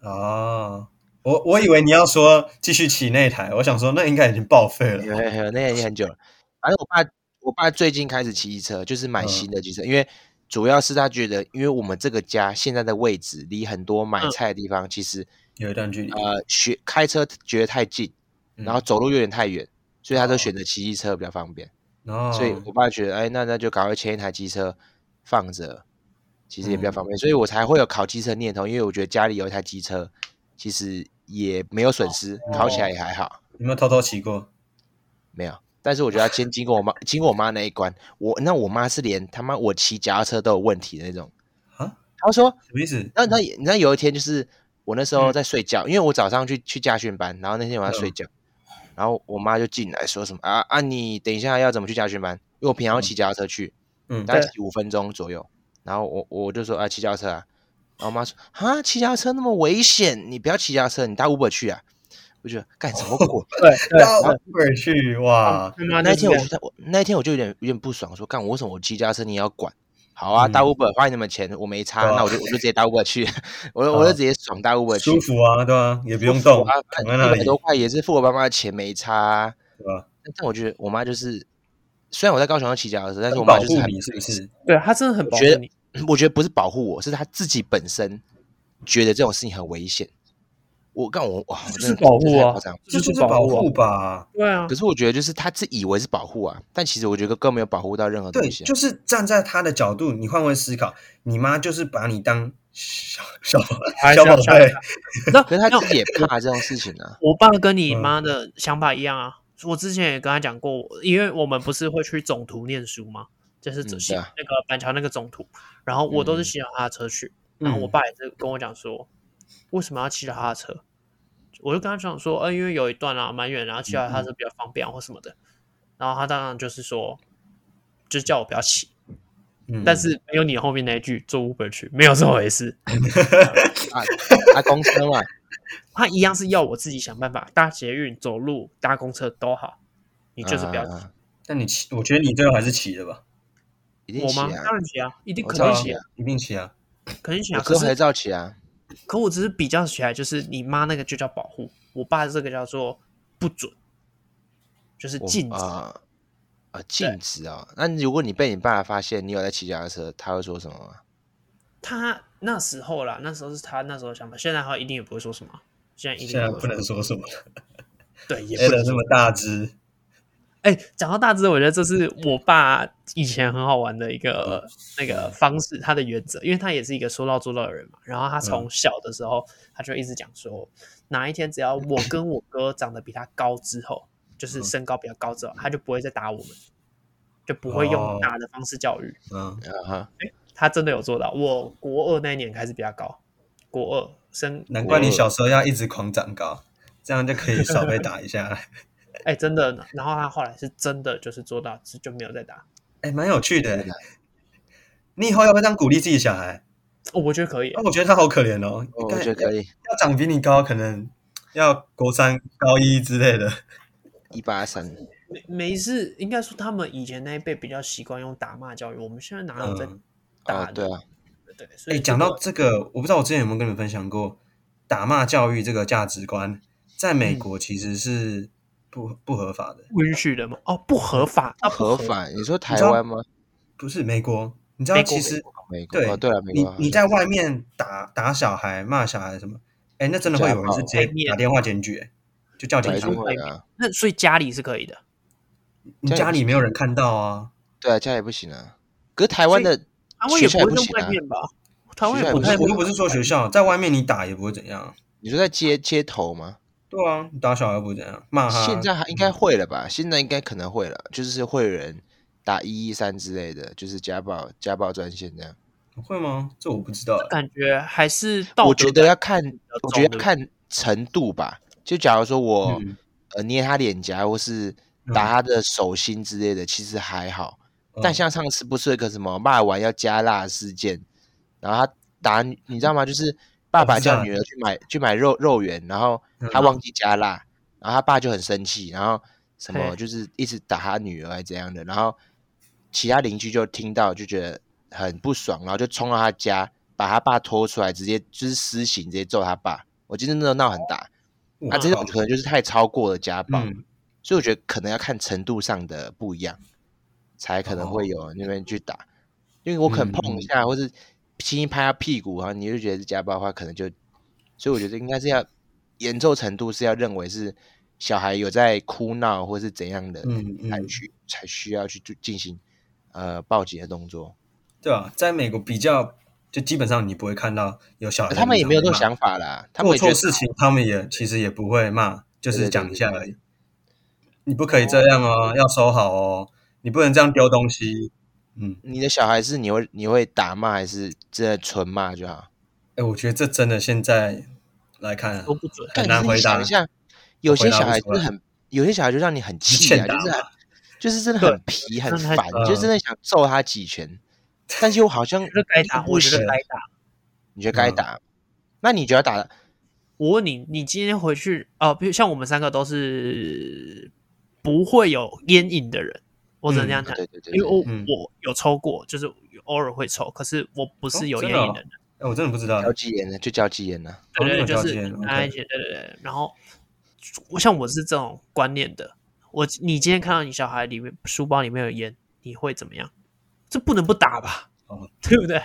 S1: 哦，我我以为你要说继续骑那台，我想说那应该已经报废
S3: 有
S1: 了。
S3: 有有，那个已经很久了。反正我爸我爸最近开始骑机车，就是买
S1: 嗯
S3: 新的机车，因为主要是他觉得，因为我们这个家现在的位置离很多买
S2: 嗯
S3: 菜的地方其实
S1: 有一段距离，
S3: 呃，学开车觉得太近，
S1: 嗯
S3: 然后走路有点太远，所以他都
S1: 哦嗯
S3: 选择骑机车比较方便。
S1: 然后
S3: 所以我爸觉得，哎，那那就赶快签一台机车放着，其实也比较
S1: 嗯
S3: 方便，所以我才会有考机车念头，因为我觉得家里有一台机车，其实也没有损失，考
S1: 哦
S3: 起来也还好，
S1: 有没有偷偷骑过？
S3: 没有。但是我觉得要先经过我妈，经过我妈那一关，我那我妈是连他妈我骑脚踏车都有问题的那种
S1: 啊。
S3: 她说，
S1: 什么意思？
S3: 那那那有一天就是我那时候
S2: 嗯
S3: 在睡觉，因为我早上去去驾训班，然后那天我在睡觉，然后我妈就进来说什么啊啊，你等一下要怎么去驾训班？因为我平常要骑脚踏车去，
S1: 嗯，
S3: 大概
S2: 对
S3: 骑五分钟左右。然后我我就说啊，骑脚踏车啊。然后我妈说啊，骑脚踏车那么危险，你不要骑脚踏车，你搭 Uber 去啊。我觉得干什么鬼？
S2: 对对啊
S1: 到哪儿啊去哇？
S2: 那
S3: 那一天我
S2: 就
S3: 就在我那一天我就有点有点不爽，说干我为什么我骑家车你也要管？好啊，
S1: 嗯
S3: 大 Uber 花你们钱，我没差，
S1: 对啊啊
S3: 那我就我就直接大 Uber 去，我就我就直接爽大 Uber 去，
S1: 舒服啊，对吧？也不用
S3: 我
S1: 动，
S3: 啊，
S1: 躺在那
S3: 一
S1: 里
S3: 百，多块也是付我爸妈的钱，没差啊、
S1: 对吧？
S3: 但但我觉得我妈就是，虽然我在高雄要骑脚踏车，但是我
S1: 很
S3: 妈
S1: 保
S3: 就是
S1: 护
S3: 很
S1: 你是不是？
S2: 对他真的很
S3: 我
S2: 保护
S3: 觉得
S2: 你，
S3: 我觉得不是保护我，是她自己本身觉得这种事情很危险。我干我哇，我
S2: 就
S3: 真
S2: 是
S3: 的
S2: 保护
S3: 真的太
S2: 啊
S3: 夸张了
S1: 这就
S2: 这就是是
S1: 保
S2: 保护啊
S1: 护吧？
S2: 对啊
S3: 可，是我觉得 就是她自以为是保护啊，但其实我觉得更没有保护到任何东
S1: 对，
S3: 西、啊。
S1: 就是站在他的角度，你换位思考，你妈就是把你当小 小
S2: 还是
S1: 小
S2: 要
S1: 宝
S2: 小
S1: 贝，
S2: 那
S3: 可是他
S2: 那
S3: 自己也怕这种事情啊。
S2: 我爸跟你妈的想法一样啊。我之前也跟他讲过，因为我们不是会去总图念书吗？就是
S3: 嗯
S2: 西
S3: 对啊
S2: 那个板桥那个总图，然后我都
S3: 嗯
S2: 是骑脚踏车去，然后我
S1: 嗯，
S2: 爸也是跟我讲说，为什么要骑脚踏车？我就跟他讲说，呃，因为有一段啊蛮远，然后骑
S3: 嗯
S2: 脚踏车比较方便啊或什么的。然后他当然就是说，就叫我不要骑，
S1: 嗯
S2: 但是没有你后面那一句坐 Uber 去，没有这回事。
S3: 啊啊，公车嘛，
S2: 他一样是要我自己想办法，搭捷运、走路、搭公车都好， 你就是不要骑。
S3: 啊
S1: 但你骑，我觉得你最后还是骑的吧？
S3: 一定
S2: 我
S3: 骑
S2: 吗？
S3: 啊
S2: 当，然骑啊，一定
S3: 我
S2: 肯
S3: 知道
S2: 定
S3: 啊
S2: 骑啊，
S1: 一定骑啊！
S2: 肯定骑
S3: 我
S2: 啊。
S3: 之
S2: 可
S3: 后还
S2: 是
S3: 照骑啊。
S2: 可我只是比较起来，就是你妈那个就叫保护，我爸这个叫做不准，就是
S3: 我
S2: 禁止。
S3: 啊哦啊，禁止啊。那如果你被你爸发现你有在骑脚踏车，他会说什么吗？
S2: 他那时候啦，那时候是他那时候的想法，现在他一定也不会说什么，现在一定啊
S1: 现在
S2: 也会
S1: 不能说什么了。
S2: 对，也不
S1: Allen
S2: 能
S1: 那
S2: 说
S1: 么大只，
S2: 哎，讲到大只，我觉得这是我爸以前很好玩的一个那个方式，他的原则，因为他也是一个说到做到的人嘛。然后他从小的时候，他就一直讲说，哪一天只要我跟我哥长得比他高之后，就是身高比较高之后，他就不会再打我们，就不会
S1: 哦
S2: 用打的方式教育。
S1: 嗯，
S3: 啊哈，
S2: 他真的有做到。我国二那一年开始比他高，国二升
S1: 难怪你小时候要一直狂长高，这样就可以稍微打一下。
S2: 哎、真的。然后他后来是真的就是做到，就就没有再打。
S1: 哎，蛮有趣的。你以后要不要这样鼓励自己小孩？
S2: 哦，我觉得可以
S1: 啊，我觉得他好可怜哦。
S3: 哦我觉得可以
S1: 要长比你高，可能要国三、高一之类的。
S3: 一八三，
S2: 没没事，应该说他们以前那一辈比较习惯用打骂教育，我们现在哪有在
S1: 嗯
S2: 打
S3: 哦
S2: 的？
S3: 对啊，
S2: 对对，所
S1: 哎，
S2: 以
S1: 讲到这个，我不知道我之前有没有跟你们分享过，打骂教育这个价值观，在美
S2: 嗯
S1: 国其实是不不合法的。
S2: 不允许的嘛，哦，不合法，那
S3: 合
S2: 法，
S3: 法。你说台
S1: 知道
S3: 湾吗？
S1: 不是美国，你知道
S2: 美国
S1: 其实
S2: 美
S3: 美国？
S1: 对
S3: 哦对了，美
S1: 你
S3: 国好
S1: 你
S3: 像
S1: 在外面打打小孩、骂小孩什么，哎，那真的会有人是直
S2: 家
S1: 接
S2: 暴
S1: 打电话检举，哎就叫警
S3: 一
S1: 察
S3: 定
S2: 没。错
S3: 会啊，
S2: 那所以家里是可以的，
S1: 你家里没有人看到啊？
S3: 对啊，家里不行啊。可是台湾的
S2: 台湾也
S3: 学
S2: 不会
S3: 校也不
S2: 用
S3: 行啊
S2: 外面吧？台湾
S3: 学
S2: 也
S3: 校也
S2: 不
S3: 不行
S2: 太
S1: 哎，
S3: 啊
S2: 会
S1: 我又不是说学校，在外面你打也不会怎样。
S3: 你说在街街头吗？
S1: 对啊，你打小孩又不会怎样，骂他。
S3: 现在还应该会了吧？现在应该可能会了，就是会有人打一一三之类的，就是家暴家暴专线这样。
S1: 会吗？这我不知道哎。
S2: 感觉还是道德
S3: 我觉得要看
S2: 比较，
S3: 我
S2: 重对
S3: 觉得
S2: 不
S3: 要
S2: 对
S3: 看程度吧。就假如说我、
S1: 嗯
S3: 呃捏他脸颊，或是
S2: 嗯
S3: 打他的手心之类的，其实还好。
S1: 嗯
S3: 但像上次不是有一个什么骂完要加辣事件，然后他打女
S1: 嗯
S3: 你知道吗？就是爸
S1: 我
S3: 爸
S1: 知道
S3: 叫女儿去买去买肉肉圆，然后他
S1: 嗯
S3: 忘记加辣，然后他爸就很生气，然后什么
S2: 嘿
S3: 就是一直打他女儿还怎样的，然后其他邻居就听到就觉得很不爽，然后就冲到他家把他爸拖出来，直接就是私刑，直接揍他爸。我今天真的闹很大，
S1: 我
S3: 啊，这
S1: 靠
S3: 种可能就是太超过了家暴，
S1: 哦嗯，
S3: 所以我觉得可能要看程度上的不一样，才可能会
S1: 哦
S3: 有那边去打。因为
S1: 嗯
S3: 我可能碰一下，或是轻轻拍他屁股，然后你就觉得是家暴的话，可能就，所以我觉得应该是要严重程度是要认为是小孩有在哭闹或是怎样的，
S1: 嗯嗯
S3: 才去才需要去进行呃报警的动作。
S1: 对啊，在美国比较，就基本上你不会看到有小孩，
S3: 他们也没有这
S1: 做
S3: 种想法啦，他们
S1: 啊做
S3: 也觉
S1: 错
S3: 得
S1: 事情，他们也其实也不会骂，就
S3: 对
S1: 是
S3: 对对
S1: 讲一下而
S3: 对
S1: 已。你不可以这样哦，要收好哦，你不能这样丢东西。嗯，
S3: 你的小孩是你会你会打骂还是真的纯骂就好？
S1: 哎，我觉得这真的现在来看啊
S2: 都不准。
S1: 很
S3: 但
S1: 难
S3: 你
S1: 回答
S3: 想一。下，有些
S1: 回答
S3: 小
S1: 不
S3: 孩
S1: 出
S3: 就是
S1: 来
S3: 很，有些小孩就让你很
S1: 是
S3: 气
S1: 欠
S3: 啊，
S1: 打吧
S3: 就是很就是真的
S2: 对
S3: 很皮很
S2: 真的很
S3: 烦，就
S1: 嗯
S3: 真的想揍他几拳。但是我好像
S2: 我觉得该
S3: 又
S2: 打，
S3: 不
S2: 我觉得
S3: 行
S2: 该打。
S3: 你觉得该
S1: 嗯
S3: 打，那你觉得打
S2: 我问你，你今天回去啊、呃比如像我们三个都是不会有烟瘾的人，我只能这样
S1: 嗯
S2: 讲。
S3: 对对对，
S2: 因为我、
S1: 嗯
S2: 我有抽过，就是偶尔会抽，可是我不
S1: 哦
S2: 是有
S1: 真
S2: 烟
S1: 的
S2: 瘾
S1: 哦
S2: 的人，
S1: 哎，我真的不知道
S3: 交。际炎呢，就交际炎呢。
S1: 哦
S2: 对
S1: 那
S2: 对，
S1: 种
S2: 就
S1: 交
S2: 是
S1: 际烟，OK
S2: 大家一起，对对对。然后我像我是这种观念的，我你今天看到你小孩里面书包里面有烟，你会怎么样？这不能不打吧？
S1: 哦
S2: 对不对？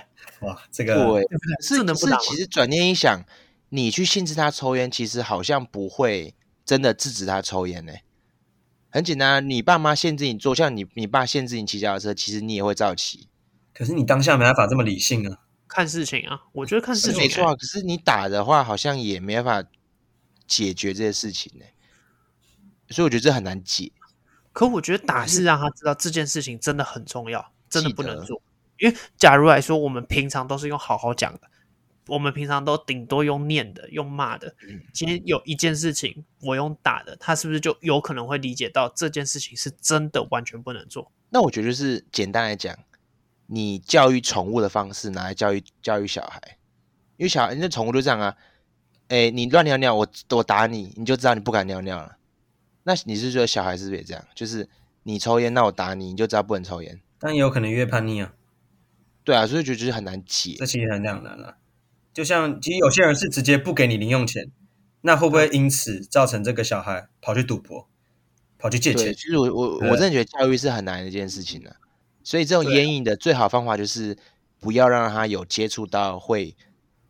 S1: 哇，这
S3: 对
S1: 个，
S2: 对不对？
S3: 是
S2: 这能不
S3: 是
S2: 打，吗？
S3: 其实转念一想，你去限制他抽烟，其实好像不会真的制止他抽烟呢、很简单啊，你爸妈限制你坐，像你你爸限制你骑脚踏车，其实你也会照骑。
S1: 可是你当下没办法这么理性啊。
S2: 看事情啊，我觉得看事
S3: 是
S2: 情、
S3: 没错啊，可是你打的话，好像也没办法解决这些事情呢、所以我觉得这很难解。
S2: 可我觉得打是让他知道这件事情真的很重要，真的
S3: 记
S2: 不能
S3: 得
S2: 做。因为假如来说，我们平常都是用好好讲的，我们平常都顶多用念的、用骂的。今天有一件事情我用打的，他是不是就有可能会理解到这件事情是真的完全不能做？
S3: 那我觉得就是简单来讲，你教育宠物的方式拿来教育教育小孩，因为小孩那宠物就这样啊，哎，你乱尿尿，我我打你，你就知道你不敢尿尿了。那你是觉得小孩是不是也这样？就是你抽烟，那我打你，你就知道不能抽烟。
S1: 但也有可能越叛逆啊，
S3: 对啊，所以我觉得就是很难解
S1: 这。其实很两难了、就像其实有些人是直接不给你零用钱，那会不会因此造成这个小孩跑去赌博，跑去借
S3: 对，
S1: 钱
S3: 其？实我我我
S1: 对
S3: 啊真的觉得教育是很难的一件事情呢、所以这种
S2: 对啊
S3: 烟瘾的最好方法就是不要让他有接触到会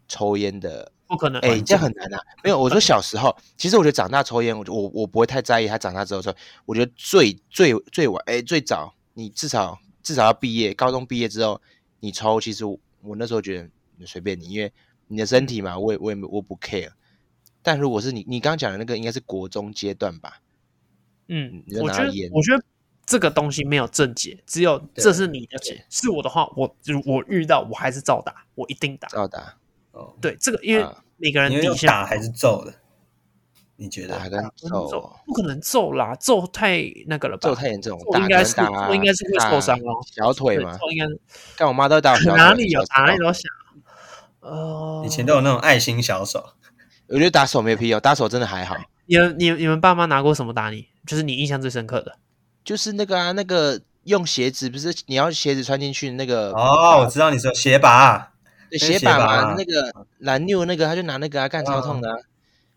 S3: 抽烟的。
S2: 不可能。
S3: 哎、这样很难啊！没有，我说小时候，其实我觉得长大抽烟，我我我不会太在意他长大之后抽。我觉得最最最晚，哎、最早你至少至少要毕业，高中毕业之后你抽，其实我我那时候觉得嗯随便你，因为你的身体嘛，我也我也没我不 care。但如果是你，你刚刚讲的那个应该是国中阶段吧？
S2: 嗯
S3: 你，就
S2: 我
S3: 拿
S2: 觉得
S3: 烟
S2: 我觉得这个东西没有正解，只有
S1: 对
S2: 这是你的解。是我的话，我我遇到我还是照打，我一定打。
S3: 到达
S1: 哦，
S2: 对，这个因为
S3: 啊
S2: 每个人
S1: 你要
S2: 底
S1: 用
S2: 线
S1: 打还是揍的？你觉
S3: 打
S1: 得？
S3: 跟
S2: 不能
S3: 揍
S2: 啊
S3: 啊
S2: 揍，不可能揍啦，揍太那个了吧？
S3: 揍太严重，
S2: 揍
S3: 打
S2: 应该
S3: 可能
S2: 是
S3: 打
S2: 揍应该是会
S3: 打
S2: 受伤哦
S3: 小腿
S2: 对
S3: 嘛，
S2: 揍应该是
S3: 但我妈都会 打我小腿，啊
S2: 哪里有
S3: 小时
S2: 打哪
S3: 候
S2: 里都想。呃，
S1: 以前都有那种爱心小手，
S3: 我觉得打手没有屁用，打手真的还好。
S2: 你们你你们爸妈拿过什么打你？就是你印象最深刻的。
S3: 就是那个啊，那个用鞋子不是你要鞋子穿进去那个
S2: 啊
S1: 哦，我知道你说鞋拔，啊
S3: 对
S1: 那是
S3: 鞋
S1: 鞋
S3: 板
S1: 拔
S3: 嘛，
S1: 啊
S3: 那个蓝妞那个他就拿那个啊干超
S2: 嗯
S3: 痛的啊。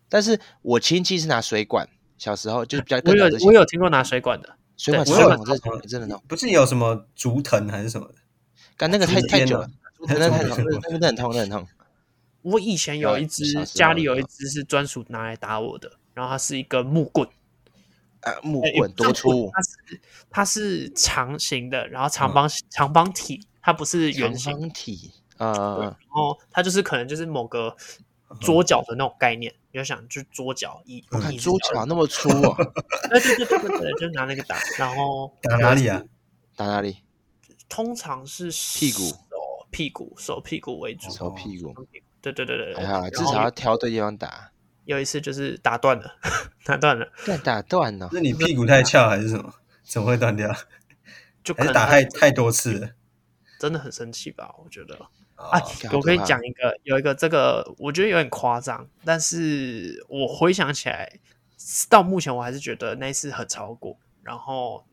S3: 但是我亲戚是拿水管，小时候就是比较
S2: 我
S3: 更
S2: 有
S3: 早之前
S2: 我有听过拿水管的，
S3: 水管
S2: 对
S3: 超
S1: 我有
S3: 痛，真的真的痛，
S1: 不是有什么竹藤还是什么的？
S3: 干那个太
S1: 竹
S3: 太
S1: 签
S3: 久
S1: 啊
S3: 了，真的太痛，那个那个很痛，那个很痛。
S2: 我以前有一
S3: 小
S2: 只
S3: 时候
S2: 家里有
S3: 有
S2: 一只是专属拿来打我的，然后它是一根木棍，
S3: 啊，木
S2: 哎
S3: 棍多粗，
S2: 它是它是长形的，然后长方、长方体，它不是圆
S3: 嗯长
S2: 形，
S3: 方体啊啊啊！
S2: 然后它就是可能就是某个
S1: 嗯
S2: 桌角的那种概念，你就想就是桌角一，
S3: 我
S2: 一
S3: 看
S2: 只
S3: 猪
S2: 角，
S3: 脚那么粗哦，
S2: 对对对对对对，就拿那个打，然后
S1: 打哪里啊？
S3: 打哪里？
S2: 通常是
S3: 屁股
S2: 手屁股手屁股为
S1: 哦
S2: 主，
S3: 手屁股，
S2: 对对对对，
S3: 还
S2: 对
S3: 好啦，哎至
S2: 哦然后
S3: 少要挑对地方打，
S2: 有一次就是打断了， 打断了，
S3: 干打断哦。
S1: 是你屁股太翘还是什么？怎么会断掉？
S2: 就可
S1: 还是
S2: 能
S1: 哎打
S2: 他
S1: 太太多次了？
S2: 真的很生气吧，我觉得。
S1: 啊
S2: 哎，
S3: 干
S2: 我可以
S3: 好可怕
S2: 讲一个，有一个这个，我觉得有点夸张，但是我回想起来，到目前我还是觉得那一次很超过。然后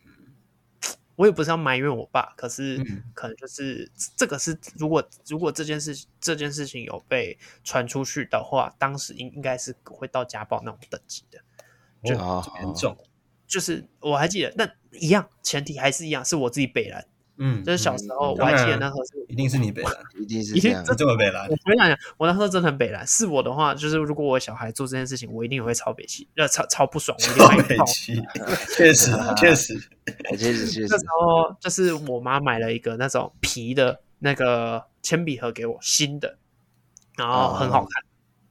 S2: 我也不是要埋怨我爸，可是
S1: 嗯
S2: 可能就是、这个是，如果如果这件事这件事情有被传出去的话，当时应应该是会到家暴那种等级的。
S1: 就
S3: 哦
S1: 严重，
S2: 就是我还记得，那一样前提还是一样，是我自己北蓝。
S1: 嗯，
S2: 就是小时候
S1: 嗯
S2: 我还记
S1: 当
S2: 得
S1: 然
S2: 那时候是
S1: 一定是你北 蓝，
S3: 一定是
S2: 一
S3: 这
S2: 定
S3: 样
S2: 这。
S1: 你这么北蓝
S2: 我，回想想，我那时候真的很北蓝。是我的话，就是如果我小孩做这件事情，我一定也会超北气，呃，超超不爽，我一定
S1: 超
S2: 会
S1: 北
S2: 爆。
S1: 七，确实啊 确实，
S3: 哎确实确实
S2: 那时候就是我妈买了一个那种皮的那个铅笔盒给我，新的，然后很
S1: 哦
S2: 好看。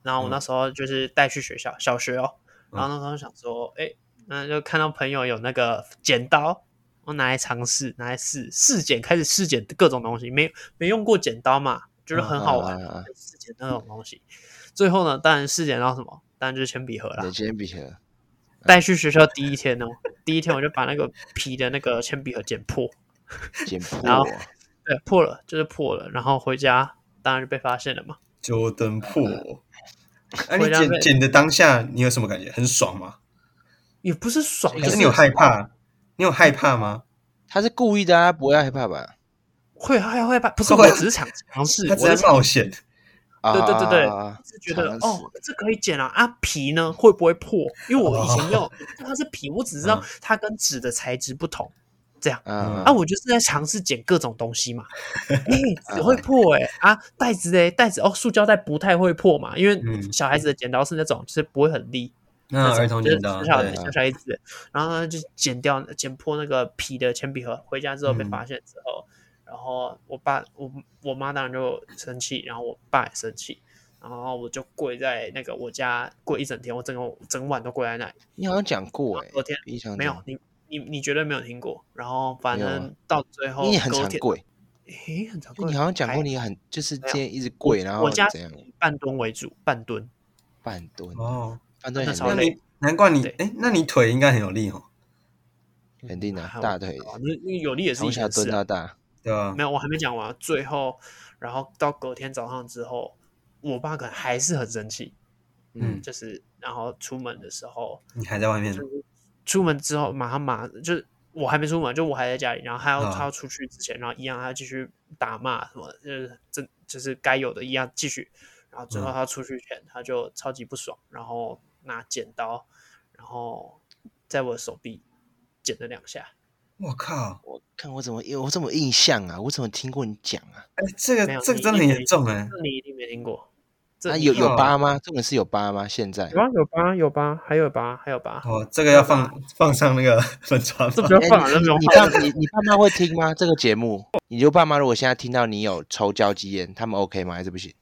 S2: 然
S1: 嗯
S2: 后我那时候就是带去学校，小学哦。然后那时候想说，哎、那就看到朋友有那个剪刀，我拿来尝试，拿来试试剪，开始试剪各种东西，没没用过剪刀嘛，觉得
S1: 嗯
S2: 很好玩。
S3: 啊啊啊
S2: 试剪那种东西。最后呢，当然试剪到什么？当然就是铅笔盒啦
S3: 对，。铅笔盒，
S2: 带去学校第一天哦，第一天我就把那个皮的那个铅笔盒剪破，
S3: 剪破
S2: 然后对，破了就是破了，然后回家当然就被发现了嘛。
S1: 九灯破。哎，你
S2: 回家被
S1: 剪剪的当下，你有什么感觉？很爽吗？
S2: 也不是爽，
S1: 还
S2: 就是
S1: 啊你有害怕？你有害怕吗？
S3: 他是故意的啊，不要害怕吧？
S2: 会害害怕，不是
S1: 会
S2: 我
S1: 啊
S2: 只是想尝试，
S1: 他
S2: 我
S1: 只在
S2: 是
S1: 冒险，
S3: 啊，
S2: 对对对对
S3: 啊啊啊
S2: 是觉得
S3: 尝试
S2: 哦，这可以剪啊啊皮呢会不会破？因为我以前没有，它是皮，我只知道
S1: 哦嗯
S2: 它跟纸的材质不同，这样。
S3: 啊
S2: 啊，我就是在尝试捡各种东 西嘛，哎、只会
S1: 嗯
S2: 破哎、啊，袋子哎、袋子哦，塑胶袋不太会破嘛，因为
S1: 嗯
S2: 小孩子的剪刀是那种就是不会很利，
S1: 那
S2: 那种
S1: 啊儿童
S2: 就是
S1: 剪刀，
S2: 小小
S1: 对啊
S2: 的，小小一只，然后呢就剪掉剪破那个皮的铅笔盒，回家之后被
S1: 嗯
S2: 发现之后，然后我爸我我妈当然就生气，然后我爸也生气。然后我就跪在那个我家跪一整天，我整个整晚都跪在那里。
S3: 你好像讲过哎，
S2: 昨天
S3: 印象中
S2: 没有，你，你你绝对没有听过。然后反
S3: 没有啊
S2: 正到最后，
S3: 因为你很
S2: 隔
S3: 常
S2: 天
S3: 跪，
S2: 诶，很常
S3: 就
S2: 跪。
S3: 你好像讲
S2: 还
S3: 过你很就是
S2: 没有
S3: 今天一直跪，然后
S2: 我家
S3: 怎样
S2: 以半蹲为主，半蹲
S3: 半蹲，
S1: 哦，
S3: 半蹲
S2: 那
S3: 很
S2: 超
S1: 那
S3: 累
S2: 累
S1: 你难怪你
S2: 对，
S1: 哎，那你腿应该很有力哦，
S3: 肯定的
S2: 还，
S3: 大腿
S2: 好那那有力也是一
S3: 从小
S2: 件
S3: 蹲
S2: 事啊。
S3: 到大，
S1: 对吧
S2: 没？有，我还没讲完。最后，然后到隔天早上之后，我爸可能还是很生气，
S1: 嗯
S2: 就是然后出门的时候，
S1: 你还在外面，
S2: 出门之后马上马就是我还没出门，就我还在家里，然后他要、他
S1: 啊
S2: 要出去之前，然后一样他继续打骂什么的，就是这就是该有的一样继续，然后最后
S1: 嗯
S2: 他出去前、他就超级不爽，然后拿剪刀，然后在我手臂剪了两下，
S1: 我靠，
S3: 我看我怎么我怎么印象啊？我怎么听过你讲啊？
S1: 哎，这个
S2: 没有
S1: 这个
S2: 你
S1: 真的很
S2: 一定
S1: 严重哎、啊
S2: 这你一定没听过。这
S3: 那
S2: 你
S3: 啊有
S2: 一定啊
S3: 有疤吗？重点是有疤吗？现在
S2: 有啊有疤有疤，还有疤还有疤，
S1: 哦，这个要放 放上那个粉砖
S2: 这
S1: 吗
S2: 不？要
S3: 哎
S2: 放了，这不
S3: 你
S2: 用
S3: 你
S2: 放了。
S3: 爸你你爸妈会听吗？这个节目，你就爸妈如果现在听到你有抽交际烟，他们 OK 吗？还是不行？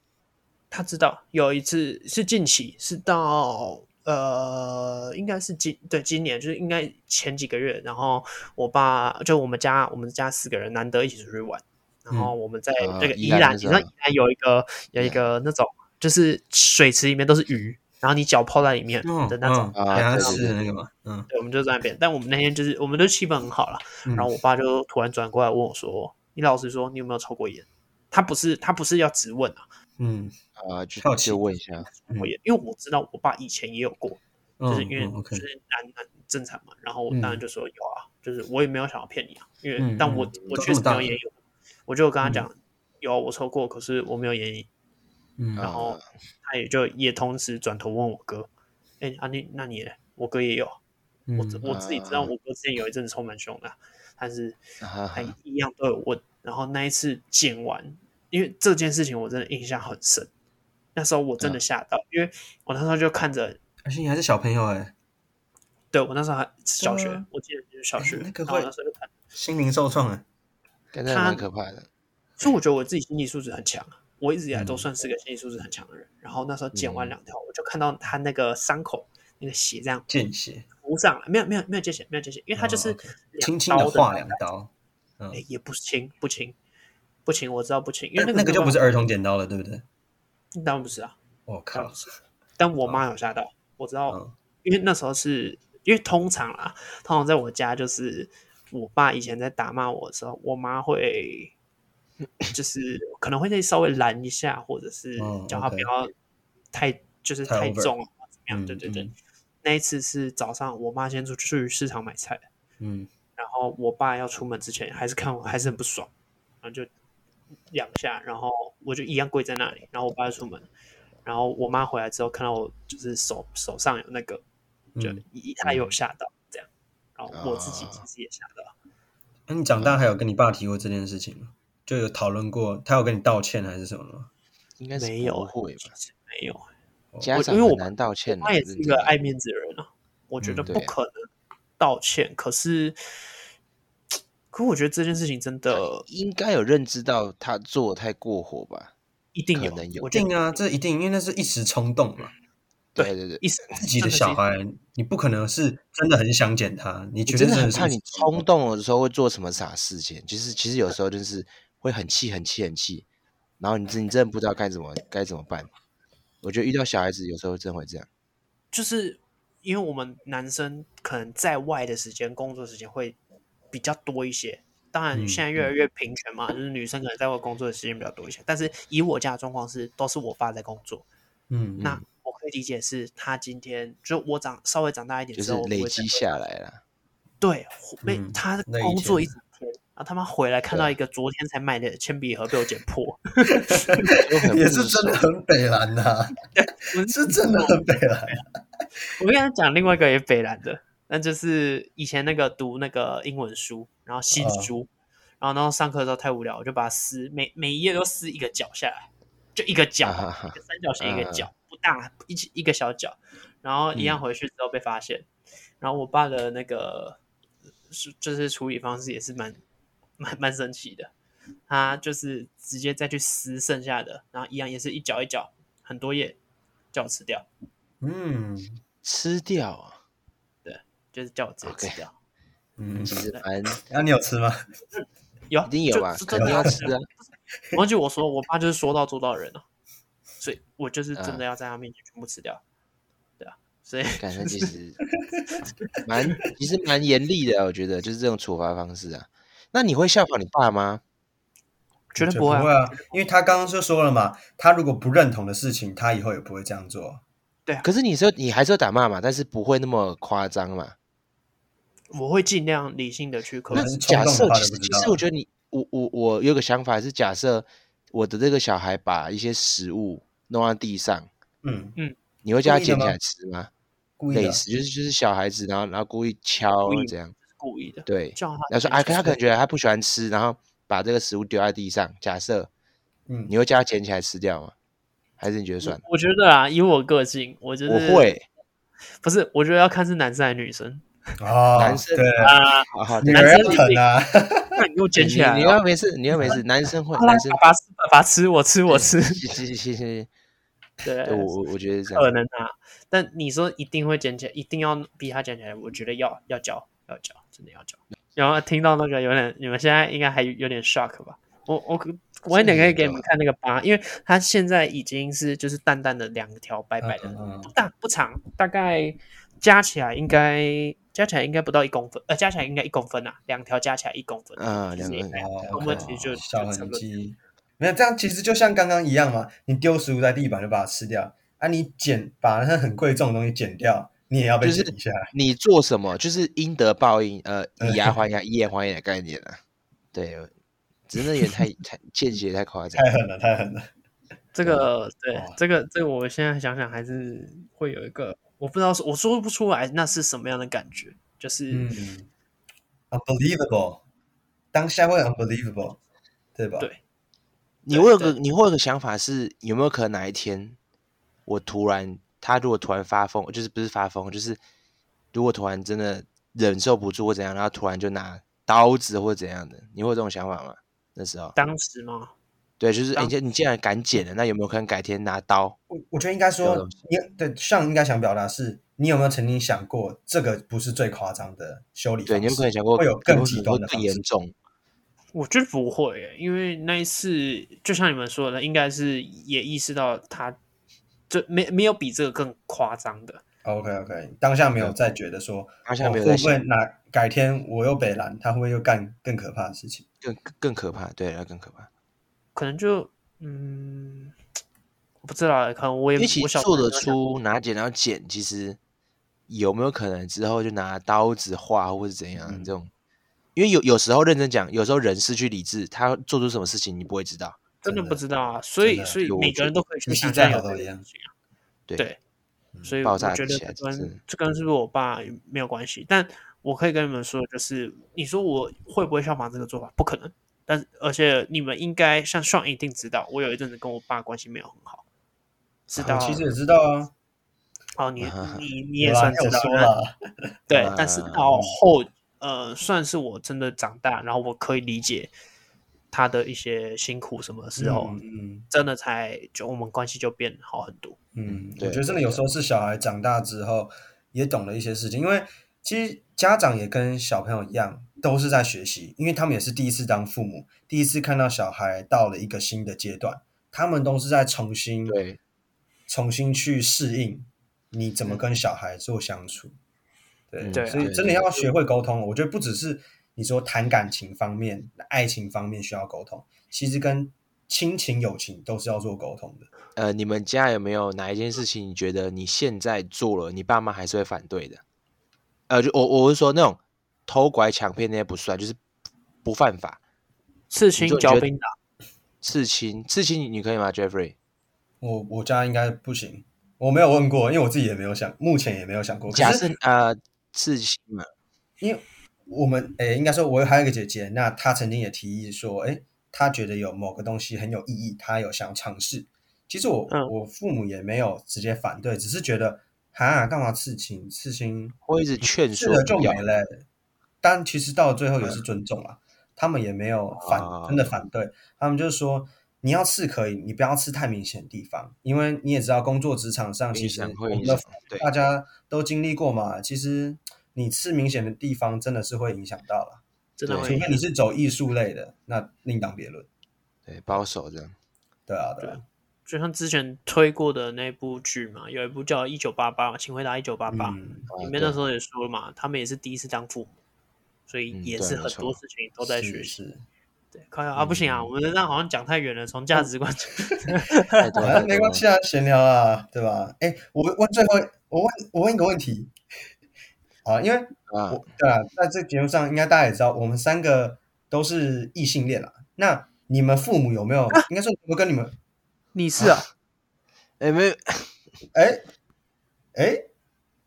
S2: 他知道有一次是近期，是到呃，应该是今对今年，就是应该前几个月。然后我爸就我们家我们家四个人难得一起出去玩，然后我们在
S3: 啊
S2: 那个
S3: 宜
S2: 宜
S3: 兰
S2: 兰，
S3: 那
S2: 你知
S3: 时候
S2: 道宜兰有一个有一个那种就是水池里面都是鱼，然后你脚泡在里面
S1: 嗯
S2: 的那种。
S1: 嗯
S3: 啊
S1: 给他
S3: 对对
S1: 吃的
S3: 对
S1: 那个嘛，嗯，
S2: 对，我们就在那边，但我们那天就是我们的气氛很好啦，
S1: 嗯
S2: 然后我爸就突然转过来问我说：“你老实说，你有没有抽过烟？”他不是他不是要质问啊，
S1: 嗯，
S3: 啊，就
S1: 好奇
S3: 就问一下，
S2: 我也因为我知道我爸以前也有过，就是
S1: 嗯
S2: 因为
S1: 嗯
S2: 就
S1: ，OK，
S2: 是男男正常嘛，然后我
S1: 嗯
S2: 当然就说有啊，就是我也没有想要骗你啊，因
S1: 嗯
S2: 为但我
S1: 嗯
S2: 我
S1: 都
S2: 确
S1: 这
S2: 实
S1: 么大
S2: 没
S1: 了
S2: 有烟瘾，我就跟他讲有啊我抽过，可是我没有烟瘾，
S1: 嗯
S3: 啊
S2: 然后他也就也同时转头问我哥，哎啊你那你嘞我哥也有啊，
S1: 嗯
S2: 我自我自己知道
S3: 啊
S2: 我哥之前有一阵子抽蛮凶的啊，但是
S3: 啊
S2: 他一样都有问。然后那一次剪完，因为这件事情我真的印象很深，那时候我
S1: 嗯
S2: 真的吓到，因为我那时候就看着，
S1: 而且你还是小朋友哎、
S2: 对我那时候还小学，
S1: 对啊
S2: 我记得就是小学，
S1: 哎那个
S2: 然后
S1: 会
S2: 那时候就看，
S1: 心灵受创哎、
S3: 刚才蛮可怕的。
S2: 所以我觉得我自己心理素质很强啊，我一直以
S1: 嗯
S2: 来都算是个心理素质很强的人。然后那时候剪完两条，我就看到他那个伤口那个血这样
S1: 见血，
S2: 浮上来，没有没有没有见血，没有见血，因为他就是
S1: 哦，OK 轻
S2: 两
S1: 轻
S2: 刀
S1: 的
S2: 的
S1: 划两刀，嗯，
S2: 哎，也不轻不轻不轻，我知道不轻，因为
S1: 但
S2: 那个
S1: 那个就不是
S2: 没有
S1: 儿童剪刀了，对不对？
S2: 办法，当然不是啊，
S1: 我
S2: 当然
S1: 靠
S2: 不，是。但我妈有吓到，我知道，
S1: 嗯
S2: 因为那时候是因为通常啦，通常在我家就是我爸以前在打骂我的时候，我妈会就是可能会再稍微拦一下，或者是
S1: 哦
S2: 叫他
S1: OK
S2: 不要太就是
S1: 太
S2: 太
S1: over
S2: 重啊，怎么样？对
S1: 嗯
S2: 对对
S1: 嗯，
S2: 那一次是早上我妈先出去市场买菜，
S1: 嗯，
S2: 然后我爸要出门之前，还是看我还是很不爽，然后就两下，然后我就一样跪在那里，然后我爸就出门，然后我妈回来之后看到我就是手手上有那个，就
S1: 嗯
S2: 一她有吓到这样，然后我自己
S3: 啊
S2: 其实也吓到，
S1: 那、你长大还有跟你爸提过这件事情吗？就有讨论过，他有跟你道歉还是什么吗？
S3: 应该是
S2: 没有
S3: 不会
S2: 其
S3: 吧？
S2: 实没有，
S3: 家长
S2: 因为我
S3: 很难道歉啊。
S2: 他也是一
S3: 认
S2: 个
S3: 真
S2: 爱面子的人啊，我觉得
S3: 嗯对
S2: 不可能道歉，可是，可我觉得这件事情真的
S3: 应该有认知到他做得太过火吧？
S2: 一定
S3: 可
S2: 有
S3: 能，有
S2: 我
S1: 一
S2: 觉得
S1: 定啊，这一定，因为那是一时冲动嘛。
S3: 对对对，
S2: 一时
S1: 自己
S2: 真
S1: 的
S2: 是
S1: 小孩，你不可能是真的很想捡他，你
S3: 我
S1: 绝对
S3: 真的
S1: 真
S3: 很
S1: 的是
S3: 怕
S1: 一
S3: 你
S1: 时
S3: 冲动的时候会做什么傻事情。就是其实有时候就是会很气、很气、很气，然后你真你真的不知道该怎么该怎么办。我觉得遇到小孩子有时候真会这样。
S2: 就是因为我们男生可能在外的时间、工作时间会比较多一些。当然，
S1: 嗯
S2: 现在越来越平权嘛，就是女生可能在外工作的时间比较多一些。但是以我家的状况是，都是我爸在工作，
S1: 嗯，
S2: 那我可以理解是他今天就我长稍微长大一点
S3: 就
S2: 之
S3: 是
S2: 后，我
S3: 累
S2: 会
S3: 积
S2: 再
S3: 下来啦。
S2: 对，被
S1: 嗯
S2: 他
S1: 那一
S2: 工作
S1: 天
S2: 一整天，然后他妈回来看到一个昨天才买的铅笔盒被我剪破，
S3: 就很
S1: 也
S3: 不
S1: 是真的很北蓝呐、
S2: 我
S1: 是真的很北蓝。啊
S2: 我跟他讲另外一个也北兰的，那就是以前那个读那个英文书，然后新
S3: 嗯
S2: 书，然后然后上课的时候太无聊，我就把它撕每每一页都撕一个角下来，就一个角，
S3: 啊哈哈
S2: 一个三角形一个
S3: 啊
S2: 角，不大一起一个小角，然后一样
S3: 嗯
S2: 回去之后被发现，然后我爸的那个是就是处理方式也是蛮蛮蛮神奇的，他就是直接再去撕剩下的，然后一样也是一角一角很多页，叫我吃掉。
S1: 嗯
S3: 吃掉啊，
S2: 就是叫我直接吃掉。
S1: 嗯，
S3: 其实蛮
S1: 那、你有吃吗？
S2: 有啊
S3: 一定有
S2: 就
S3: 吧？
S2: 就
S3: 肯
S2: 真
S3: 定
S2: 的
S3: 要
S2: 啊
S3: 吃啊！
S2: 我 忘记我说，我爸就是说到做到的人啊，所以我就是
S3: 嗯
S2: 真的要在他面前全部吃掉，对啊，所以
S3: 感觉其实蛮其实蛮严厉的啊，我觉得就是这种处罚方式啊。那你会效仿你爸吗？
S2: 绝对
S1: 不
S2: 会
S1: 啊，因为他刚刚就说了嘛，他如果不认同的事情，他以后也不会这样做。
S3: 可是你说你还是会打骂嘛，但是不会那么夸张嘛。
S2: 我会尽量理性的去克
S3: 那
S1: 能是
S2: 服。
S1: 冲
S3: 假
S1: 动
S3: 设
S1: 化
S3: 其
S1: 的
S3: 实
S1: 不知
S3: 其
S1: 道啊
S3: 实我觉得你我我我有个想法是，假设我的这个小孩把一些食物弄到地上，
S1: 嗯，
S3: 你会叫他
S1: 故意的
S3: 捡起
S1: 吗
S3: 来吃吗？
S1: 故意
S3: 类
S1: 的。
S3: 似就是就是小孩子，然后然后故意敲
S2: 故意
S3: 这样，
S2: 故意的，
S3: 对，
S2: 叫他
S3: 然后说
S2: 先
S3: 啊，
S2: 去
S3: 他可
S2: 睡
S3: 能觉得他不喜欢吃，然后把这个食物丢在地上，假设
S1: 嗯
S3: 你，会叫他捡起来吃掉吗？还是你觉得算了？
S2: 我觉得啊，以我个性，我觉得
S3: 我会，
S2: 不是，我觉得要看是男生还是女生
S1: 哦，
S3: 男生
S1: 对，
S2: 啊。
S3: 好好，
S1: 女
S2: 男
S1: 人
S2: 生
S1: 要狠啊，
S2: 那你给我捡起来
S3: 你，你
S1: 哦
S2: 啊，
S3: 要没事，你要没 事，男生会，
S2: 好啦
S3: 男生
S2: 爸 爸吃，爸爸吃，我吃，我吃。
S3: 行行行行 行，
S2: 对
S3: 对，我我我觉得这
S2: 可
S3: 样，
S2: 能啊，但你说一定会捡起来，一定要逼他捡起来，我觉得要要教，要教，真的要教。然后听到那个有点，你们现在应该还有点 shock 吧？我我可晚一点可以给你们看那个疤，因为它现在已经是就是淡淡的两条白白的，
S1: 嗯嗯嗯
S2: 不大不长，大概加起来应该加起来应该不到一公分，呃，加起来应该一公分啊，两条加起来一公分，
S3: 嗯，两
S2: 就是
S3: 个人
S2: 哎呀
S1: 哦
S2: 我们其实就
S1: 小
S2: 就差
S1: 痕
S2: 不多
S1: 迹。没有这样，其实就像刚刚一样嘛，你丢食物在地板就把它吃掉啊，你捡把那很贵重的东西捡掉，你也要被
S3: 就是
S1: 捡一下。
S3: 你做什么就是应得报应，呃，
S1: 嗯
S3: 以牙还 牙，以眼还眼的概念啊。对，真的也 太太见血太夸张
S1: 太。狠了，太狠了！
S3: 嗯
S2: 这个对
S3: 哦
S1: 哇，
S2: 这个这个，我现在想想还是会有一个，我不知道是，我说不出来那是什么样的感觉，就是、
S1: 嗯，unbelievable，当下会 unbelievable，对吧？
S2: 对
S3: 你会有个你会有个想法是，有没有可能哪一天我突然他如果突然发疯，就是不是发疯，就是如果突然真的忍受不住或怎样，然后突然就拿刀子或怎样的，你会有这种想法吗？那时候，
S2: 当时嘛，
S3: 对，就是哎
S2: 当
S3: 你你既然敢剪了，那有没有可能改天拿刀？
S1: 我我觉得应该
S3: 这
S1: 说
S3: 种，
S1: 你对上应该想表达是，你有没有曾经想过，这个不是最夸张的修理方
S3: 对，
S1: 式？
S3: 你有没有可能想过
S1: 会有更极
S3: 可能
S1: 端
S3: 会
S1: 的
S3: 更
S1: 方
S3: 严
S1: 式？
S3: 重？
S2: 我觉得不会耶，因为那一次就像你们说的，应该是也意识到他这没没有比这个更夸张的，
S1: OK OK，当下没有再觉得说，
S3: 当下
S1: 我
S3: 没有
S1: 哦会
S3: 在
S1: 不
S3: 想
S1: 会哪改天我又北蓝，他会不会又干更可怕的事情？
S3: 更更可怕，对，那更可怕。
S2: 可能就嗯，我不知道耶，可能我也
S3: 因为其
S2: 我
S3: 实
S2: 小
S3: 做
S2: 时候
S3: 得
S2: 没有想
S3: 出拿剪刀剪，其实有没有可能之后就拿刀子划或是怎样、
S1: 嗯
S3: 这种？因为有有时候认真讲，有时候人失去理智，他做出什么事情你不会知道。
S2: 真的
S1: 真的
S2: 不知道啊，所
S1: 真
S2: 以
S1: 的
S2: 所以
S3: 有
S2: 每
S3: 我
S2: 个人都可以去
S1: 脾气
S2: 想
S1: 再
S2: 象有
S1: 好
S2: 这
S1: 都
S2: 个
S1: 一样嗯
S2: 事情啊
S3: 对
S2: 对，所以
S3: 爆
S2: 我
S3: 炸
S2: 觉得
S3: 起来
S2: 这
S3: 就是
S2: 跟这跟是不是我爸没有关系，但我可以跟你们说，就是你说我会不会效仿这个做法？不可能。但是而且你们应该像上一定知道，我有一阵子跟我爸关系没有很好，知道
S1: 我其实也知道啊，
S2: 哦， 你你你也
S1: 有啦
S2: 算
S1: 你
S2: 知
S1: 有
S2: 道，
S1: 说
S2: 那
S1: 了，
S2: 对
S3: 嗯，
S2: 但是到后呃，算是我真的长大，然后我可以理解他的一些辛苦什么时候，
S1: 嗯嗯
S2: 真的才就我们关系就变好很多。
S1: 嗯，我
S3: 对
S1: 觉得真的有时候是小孩长大之后也懂了一些事情，因为其实家长也跟小朋友一样，都是在学习，因为他们也是第一次当父母，第一次看到小孩到了一个新的阶段，他们都是在重新
S3: 对
S1: 重新去适应你怎么跟小孩做相处。对，
S3: 嗯对
S1: 所以
S3: 对
S1: 真的要学会沟通。我觉得不只是你说谈感情方面、爱情方面需要沟通，其实跟亲情、友情都是要做沟通的。
S3: 呃，你们家有没有哪一件事情你觉得你现在做了，你爸妈还是会反对的？呃，就我我是说那种偷拐抢骗那些不算，就是不犯法。
S2: 刺青
S3: 就觉
S2: 嚼
S3: 得
S2: 槟榔，
S3: 刺青，刺青你你可以吗，Jeffrey？
S1: 我我家应该不行，我没有问过，因为我自己也没有想，目前也没有想过。可
S3: 假
S1: 是
S3: 设呃刺青嘛，
S1: 因为我们诶，应该说，我还有一个姐姐，那她曾经也提议说，诶，她觉得有某个东西很有意义，她有想尝试。其实我、
S2: 嗯
S1: 我父母也没有直接反对，只是觉得哈，干嘛刺青？刺青
S3: 会一直劝
S1: 是
S3: 说
S1: 的就
S3: 不要
S1: 没了、但其实到最后也是尊重啦，他们也没有反、
S3: 啊
S1: 真的反对，他们就是说你要刺可以，你不要刺太明显的地方，因为你也知道工作职场上其
S3: 影
S1: 实
S3: 响
S1: 我
S3: 会
S1: 们
S3: 影
S1: 的啊
S3: 响，对
S1: 大家都经历过嘛，其实你刺明显的地方真的是会影响到了，
S2: 真的
S3: 对
S2: 会
S1: 除
S2: 影
S1: 非
S2: 响
S1: 你是走艺术类的，那另当别论。
S3: 对保守 这样。
S1: 对啊，对啊，
S2: 就像之前推过的那部剧嘛，有一部叫《一九八八》嘛，请回答一九八八，
S1: 嗯，
S3: 啊
S2: 里面
S3: 对
S2: 那时候也说了嘛，他们也是第一次当父母，所以
S3: 嗯
S2: 也
S3: 对
S2: 是
S3: 没
S2: 很
S3: 错
S2: 多事情都在
S1: 是
S2: 学习。
S1: 是，
S2: 对，靠呀啊，不行啊，
S3: 嗯
S2: 我们这样好像讲太远了，从价值观
S3: 太多
S1: 反
S3: 了
S1: 正没关系。啊，闲聊啊，对吧？哎，我问最后，我问我问一个问题， 啊，因为
S3: 太多了啊，
S1: 我对啊，在这个节目上，应该大家也知道，我们三个都是异性恋啦。那你们父母有没有？
S3: 啊
S1: 应该说有没有跟你们？
S2: 你是啊，
S3: 哎，没有
S1: 哎哎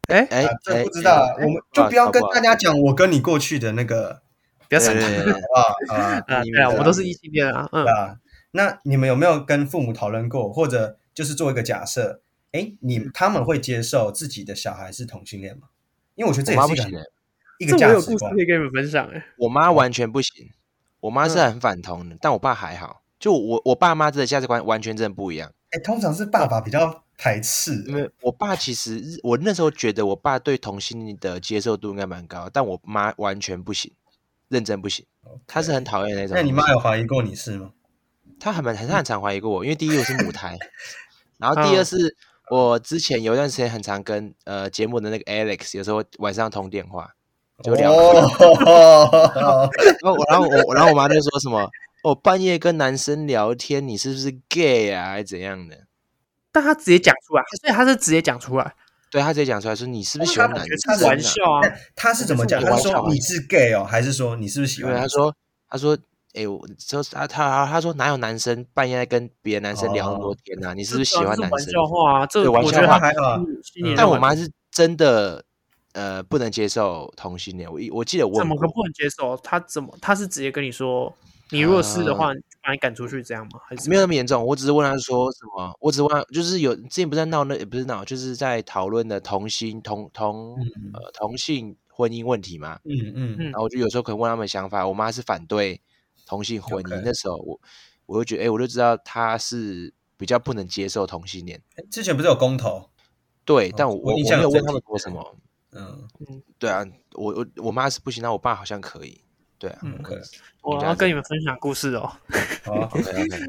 S2: 哎，
S3: 哎
S1: 啊，这
S3: 哎
S1: 不知道啊，
S3: 哎
S1: 我们就不要跟
S3: 好不
S1: 大
S3: 好
S1: 家讲我跟你过去的那个
S2: 不要闪
S3: 对对
S2: 他
S3: 对对
S1: 好不好 啊？
S2: 啊！
S3: 你
S2: 对啊，
S3: 们
S2: 我
S3: 的
S2: 都是异性恋啊，嗯
S1: 对，啊，那你们有没有跟父母讨论过，或者就是做一个假设，哎，你他们会接受自己的小孩是同性恋吗？因为我觉得这
S3: 我
S1: 也
S3: 妈
S1: 是
S3: 不
S1: 一个
S3: 行
S1: 很
S3: 欸，
S1: 一
S2: 这
S1: 个
S2: 我
S1: 价
S2: 有
S1: 值
S2: 故事
S1: 观
S2: 可以跟你们分享哎。
S3: 我妈完全不行，我妈是
S2: 嗯
S3: 很反同的，但我爸还好，就我我爸妈的价值观完全真的不一样。
S1: 哎，通常是爸爸比较排斥，
S3: 因为我爸其实我那时候觉得我爸对同性恋的接受度应该蛮高，但我妈完全不行，认真不行，她是很讨厌那种。
S1: 那你妈有怀疑过你是吗？
S3: 他很很很常怀疑过我，因为第一我是母胎，然后第二
S2: 嗯
S3: 是我之前有一段时间很常跟呃节目的那个 Alex 有时候晚上通电话，就聊
S1: 哦，
S3: 然后我然后我然后我妈就说什么哦半夜跟男生聊天，你是不是 gay 啊，还是怎样的？
S2: 但他直接讲出来，所以他是直接讲出来，
S3: 对他直接讲出来说你是不是喜
S2: 他
S3: 欢
S2: 不
S3: 男
S2: 觉得
S3: 生、
S2: 是
S3: 啊？
S2: 玩笑啊，
S1: 他是怎么讲？
S3: 这是
S1: 他
S3: 我
S1: 说你是 gay 哦，还是说你是不是喜
S3: 因为
S1: 欢
S3: 他
S1: 男生？
S3: 说他说哎、我就是他他他说哪有男生半夜在跟别的男生聊那么多
S1: 哦
S3: 天啊？你
S2: 你
S3: 是不是喜欢男
S2: 玩
S3: 生？
S2: 笑话啊，这
S3: 对
S2: 个
S3: 玩
S2: 我觉
S3: 笑
S2: 得
S3: 话
S1: 还好啊
S2: 嗯吸引人
S3: 但我
S2: 玩
S3: 妈是真的呃不能接受同性恋，我一我记得我
S2: 怎
S3: 问
S2: 么
S3: 过
S2: 可不能接受？他怎么他是直接跟你说，你如果是的话，就把你赶出去这样吗？还是
S3: 呃没有那么严重，我只是问他说什么，我只问他就是有之前不是在闹那也不是闹，就是在讨论的同性同同
S1: 嗯
S3: 呃同性婚姻问题嘛。
S1: 嗯嗯
S2: 嗯
S3: 然后我就有时候可能问他们想法，我妈是反对同性婚姻
S1: OK
S3: 那时候我我就觉得哎、我就知道她是比较不能接受同性恋。
S2: 嗯
S1: 诶之前不是有公投？
S3: 对，但
S1: 哦
S3: 我
S1: 我
S3: 我
S1: 印
S3: 我
S1: 象
S3: 没有
S1: 有
S3: 问
S1: 这
S3: 他们
S1: 题
S3: 说什么。
S1: 嗯，
S3: 对啊，我我我妈是不行，那我爸好像可以。对啊，
S2: 嗯
S1: OK
S2: 我要跟你们分享故事哦。
S1: 好啊，
S3: OK OK，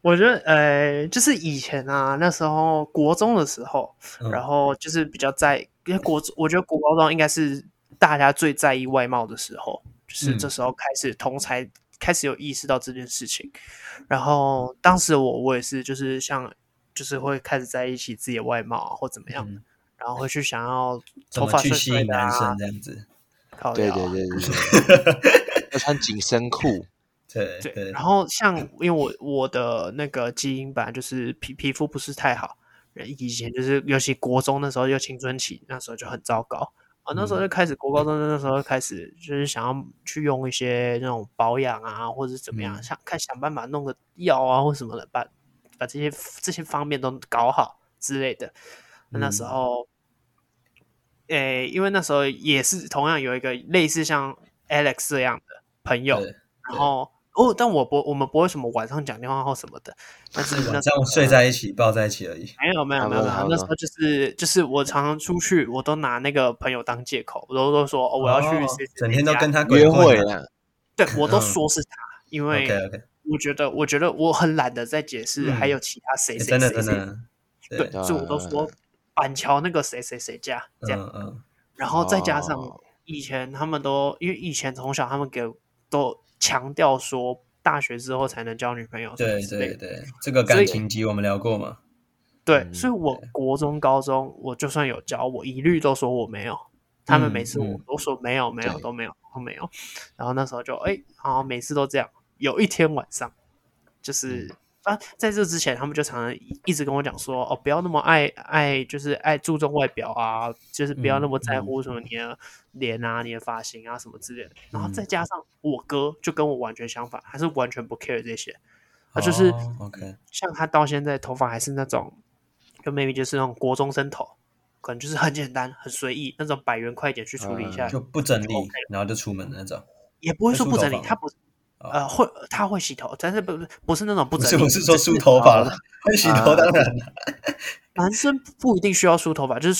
S2: 我觉得呃，就是以前啊，那时候国中的时候，
S1: 嗯
S2: 然后就是比较在，因为国，我觉得国高中应该是大家最在意外貌的时候，就是
S1: 嗯
S2: 这时候开始同才开始有意识到这件事情。然后当时我我也是就是像就是会开始在意起自己的外貌啊，或怎么样，
S1: 嗯
S2: 然后会去想要
S1: 怎
S2: 头
S1: 么
S2: 发
S1: 去
S2: 顺
S1: 吸
S2: 顺
S1: 引
S2: 的
S1: 男
S2: 啊
S1: 生，这样子？
S2: 靠
S3: 对
S2: 腰啊
S3: 对对对对，要穿紧身裤。
S1: 对
S2: 对，
S1: 对
S2: 然，后像因为我我的那个基因吧，就是皮皮肤不是太好，以前就是尤其国中那时候又青春期，那时候就很糟糕。啊，那
S1: 嗯
S2: 时候就开始国高中那时候就开始就是想要去用一些那种保养啊，或者是怎么样，
S1: 嗯
S2: 想看想办法弄个药啊或什么的，把把这些这些方面都搞好之类的。那那时
S1: 嗯
S2: 候，诶、因为那时候也是同样有一个类似像 Alex 这样的朋友，
S1: 对
S2: 然后哦，但我不，我们不会什么晚上讲电话或什么的，但是 那
S1: 晚
S2: 时候
S1: 上睡在一起，抱在一起而已。
S2: 没有没有
S3: 差不
S2: 没有
S3: 多
S2: 没
S3: 差
S2: 有，
S3: 不
S2: 那
S3: 多
S2: 时候就是就是我常常出去，我都拿那个朋友当借口，我都都说、哦 我要去
S1: 哦
S2: 谁谁谁
S1: 整天都
S2: 家
S1: 跟他鬼
S3: 约
S1: 混
S3: 会
S1: 啊
S3: 啦，
S2: 对我都
S1: 嗯
S2: 说是他，因
S1: OK
S2: 为
S1: OK，
S2: 我觉得我觉得我很懒得再解释，
S1: 嗯
S2: 还有其他谁谁谁
S1: 真的
S2: 谁
S1: 真的，嗯啊
S2: 对，
S3: 对
S2: 所以我都说板桥那个谁谁谁家这样，
S1: 嗯嗯，
S2: 然后再加上
S3: 哦
S2: 以前他们都因为以前从小他们给都强调说大学之后才能交女朋友，
S1: 对对，对，这个
S2: 所
S1: 感
S2: 以
S1: 情集我们聊过嘛？
S2: 对，
S3: 嗯
S2: 所以我国中、高中，我就算有教，我一律都说我没有。他们
S1: 嗯
S2: 每次我
S1: 嗯
S2: 都说没有，没有，
S3: 对
S2: 都没有，都没有。然后那时候就哎，然后每次都这样。有一天晚上，就是啊，在这之前，他们就常常一一直跟我讲说，哦，不要那么爱爱，就是爱注重外表啊，就是不要那么在乎什么你的脸啊、你的发型啊什么之类的。然后再加上我哥就跟我完全相反，他是完全不 care 这些，他啊就是。
S1: 哦 OK，
S2: 像他到现在头发还是那种，就 maybe 就是那种国中生头，可能就是很简单、很随意那种百元快点去处理一下，
S1: 嗯就不整理
S2: 就 OK，
S1: 然后就出门的那种。
S2: 也不会说不整理
S1: 会梳头。发
S2: 他不是
S1: 哦
S2: 呃会他会洗头，但是不不是那种不
S1: 不
S2: 整
S1: 是
S2: 理。
S1: 我是说
S2: 只
S1: 梳头发了，会洗头
S3: 啊
S1: 当然了。
S2: 男生不一定需要梳头发，就是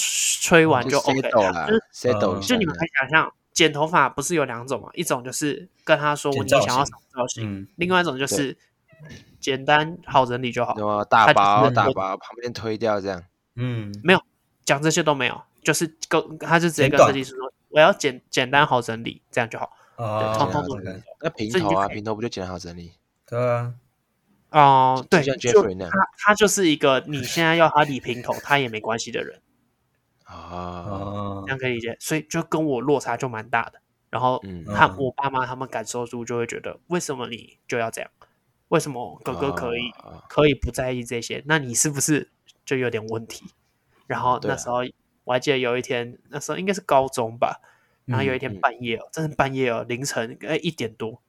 S2: 吹完
S3: 哦就
S2: OK
S3: 抖
S2: 了
S3: 啦
S2: 就是
S3: ，settle
S1: 嗯
S3: 一
S2: 就
S3: 下
S2: 你们
S3: 这
S2: 可以想象，剪头发不是有两种嘛？一种就是跟他说
S1: 剪
S2: 我你
S1: 造
S2: 想要什
S1: 型
S2: 么造型，
S1: 嗯，
S2: 另外一种就是简单好整理就好
S3: 样，。什么大
S2: 他就是
S3: 包
S2: 很
S3: 大
S2: 多
S3: 包旁边推掉这样，
S1: 嗯，
S2: 讲这些都没有，就是跟他就直接
S1: 简
S2: 跟
S1: 短
S2: 设计师说，我要简简单好整理，这样就好。
S1: 哦
S2: 对，通通都
S1: ，OK，
S2: 是
S3: 那平
S2: 所以你
S3: 头
S2: 就
S3: 啊
S2: 可以
S3: 平头不就简单好整理？
S1: 对啊，
S2: 哦、对，
S3: 就像
S2: 就
S3: Jeffrey 那样
S2: 他他就是一个你现在要他理平头，他也没关系的人，
S3: 啊，
S1: 哦
S2: 这，样可以理解。所以就跟我落差就蛮大的。然后
S3: 嗯
S2: 他、
S1: 嗯
S2: 我爸妈他们感受住就会觉得，为什么你就要这样？为什么哥哥可以、
S3: 啊啊
S2: 可以不在意这些？那你是不是就有点问题？然后
S3: 对
S2: 那
S3: 啊
S2: 时候我还记得有一天，那时候应该是高中吧，然后有一
S3: 嗯
S2: 天
S3: 嗯
S2: 半夜哦，真是半夜哦，凌晨哎一点多，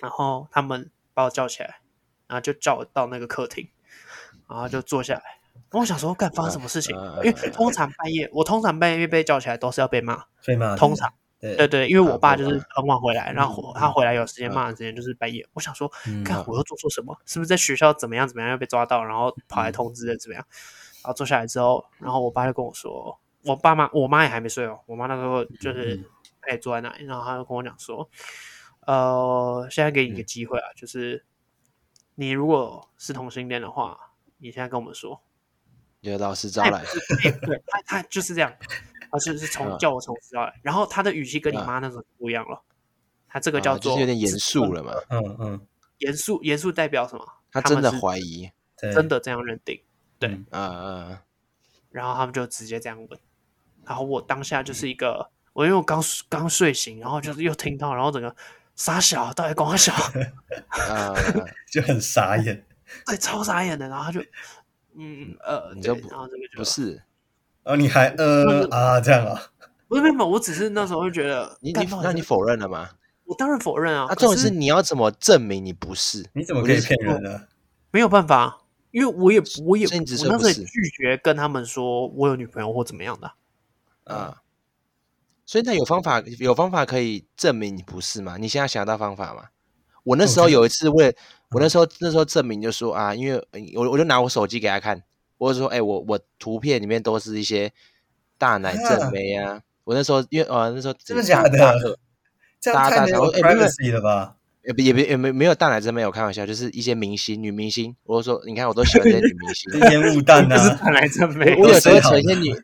S2: 然后他们把我叫起来，然后就叫我到那个客厅，然后就坐下来。然后我想说，干发生什么事情？
S3: 嗯嗯
S2: 因为通常半夜，我通常半夜被叫起来都是要被骂，
S1: 所以嘛，
S2: 通常
S1: 对
S2: 对对，因为我
S3: 啊
S2: 爸
S3: 对
S2: 就是
S3: 吧
S2: 很晚回来，然后
S1: 嗯
S2: 他回来有时间
S3: 嗯
S2: 骂的时间就是半夜。我想说，
S1: 嗯
S2: 看
S3: 嗯
S2: 我又做错什么？是不是在学校怎么样怎么样又被抓到，然后
S3: 嗯
S2: 跑来通知的怎么样？然后坐下来之后，然后我爸就跟我说，我爸妈我妈也还没睡哦，我妈那时候就是
S1: 嗯
S2: 她也坐在那里，然后她就跟我讲说，呃，现在给
S3: 嗯
S2: 你一个机会啊，就是你如果是同性恋的话，你现在跟我们说，
S3: 有老师招
S2: 哎
S3: 来，
S2: 对他他就是这样，他就是从
S3: 嗯
S2: 叫我从实招来，然后他的语气跟你
S3: 嗯
S2: 妈那种不一样了，他这个
S3: 啊
S2: 叫
S3: 就是
S2: 做
S3: 有点严肃了嘛，
S1: 嗯嗯，
S2: 严肃严肃代表什么？
S3: 他
S2: 们
S3: 真的
S2: 是
S3: 怀疑，
S1: 对，
S2: 真的这样认定。对
S1: 嗯
S3: 啊啊，
S2: 然后他们就直接这样问，然后我当下就是一个，我因为我刚刚睡醒，然后就是又听到，然后整个傻小，到底光小，
S3: 啊啊，啊
S1: 就很傻眼。
S2: 对，超傻眼的，然后他就，嗯呃，
S3: 你
S2: 对
S3: 就不
S2: 然后这个就
S3: 不是
S1: 然后你还呃啊这样啊？
S2: 不是没有，没有我只是那时候就觉得，
S3: 你
S2: 干
S3: 你
S2: 到底
S3: 那
S2: 是
S3: 你否认了吗？
S2: 我当然否认啊，
S3: 啊，
S2: 可
S3: 重点是你要怎么证明你不是？
S1: 你怎么
S3: 我
S1: 可以
S3: 就是
S1: 骗人呢？
S2: 没有办法，因为我也我也
S3: 所以你只
S2: 我
S3: 说
S2: 那
S3: 不
S2: 时候也
S3: 是
S2: 拒绝跟他们说我有女朋友或怎么样的啊，
S3: 啊，所以那有方法有方法可以证明你不是吗？你现在想到方法吗？我
S1: 哦
S3: 那时候有一次为了我
S1: 嗯
S3: 那时候那时候证明就说啊，因为呃我我就拿我手机给他看，我就说哎、我我图片里面都是一些大奶正妹啊。我那时候因为呃那时候
S1: 真的
S3: 只大
S1: 假
S3: 大二
S1: 的？这样太没有
S3: 大家大家哎没有
S1: privacy 了吧？
S3: 也不也不也没没有大奶正妹，我开玩笑，就是一些明星女明星。我就说你看我都喜欢这些女明星，啊
S1: 这烟雾弹啊
S2: 就是
S1: 呐！
S2: 看来真没
S3: 我
S2: 哎有
S3: 有时候
S1: 谁好
S3: 扯一些女，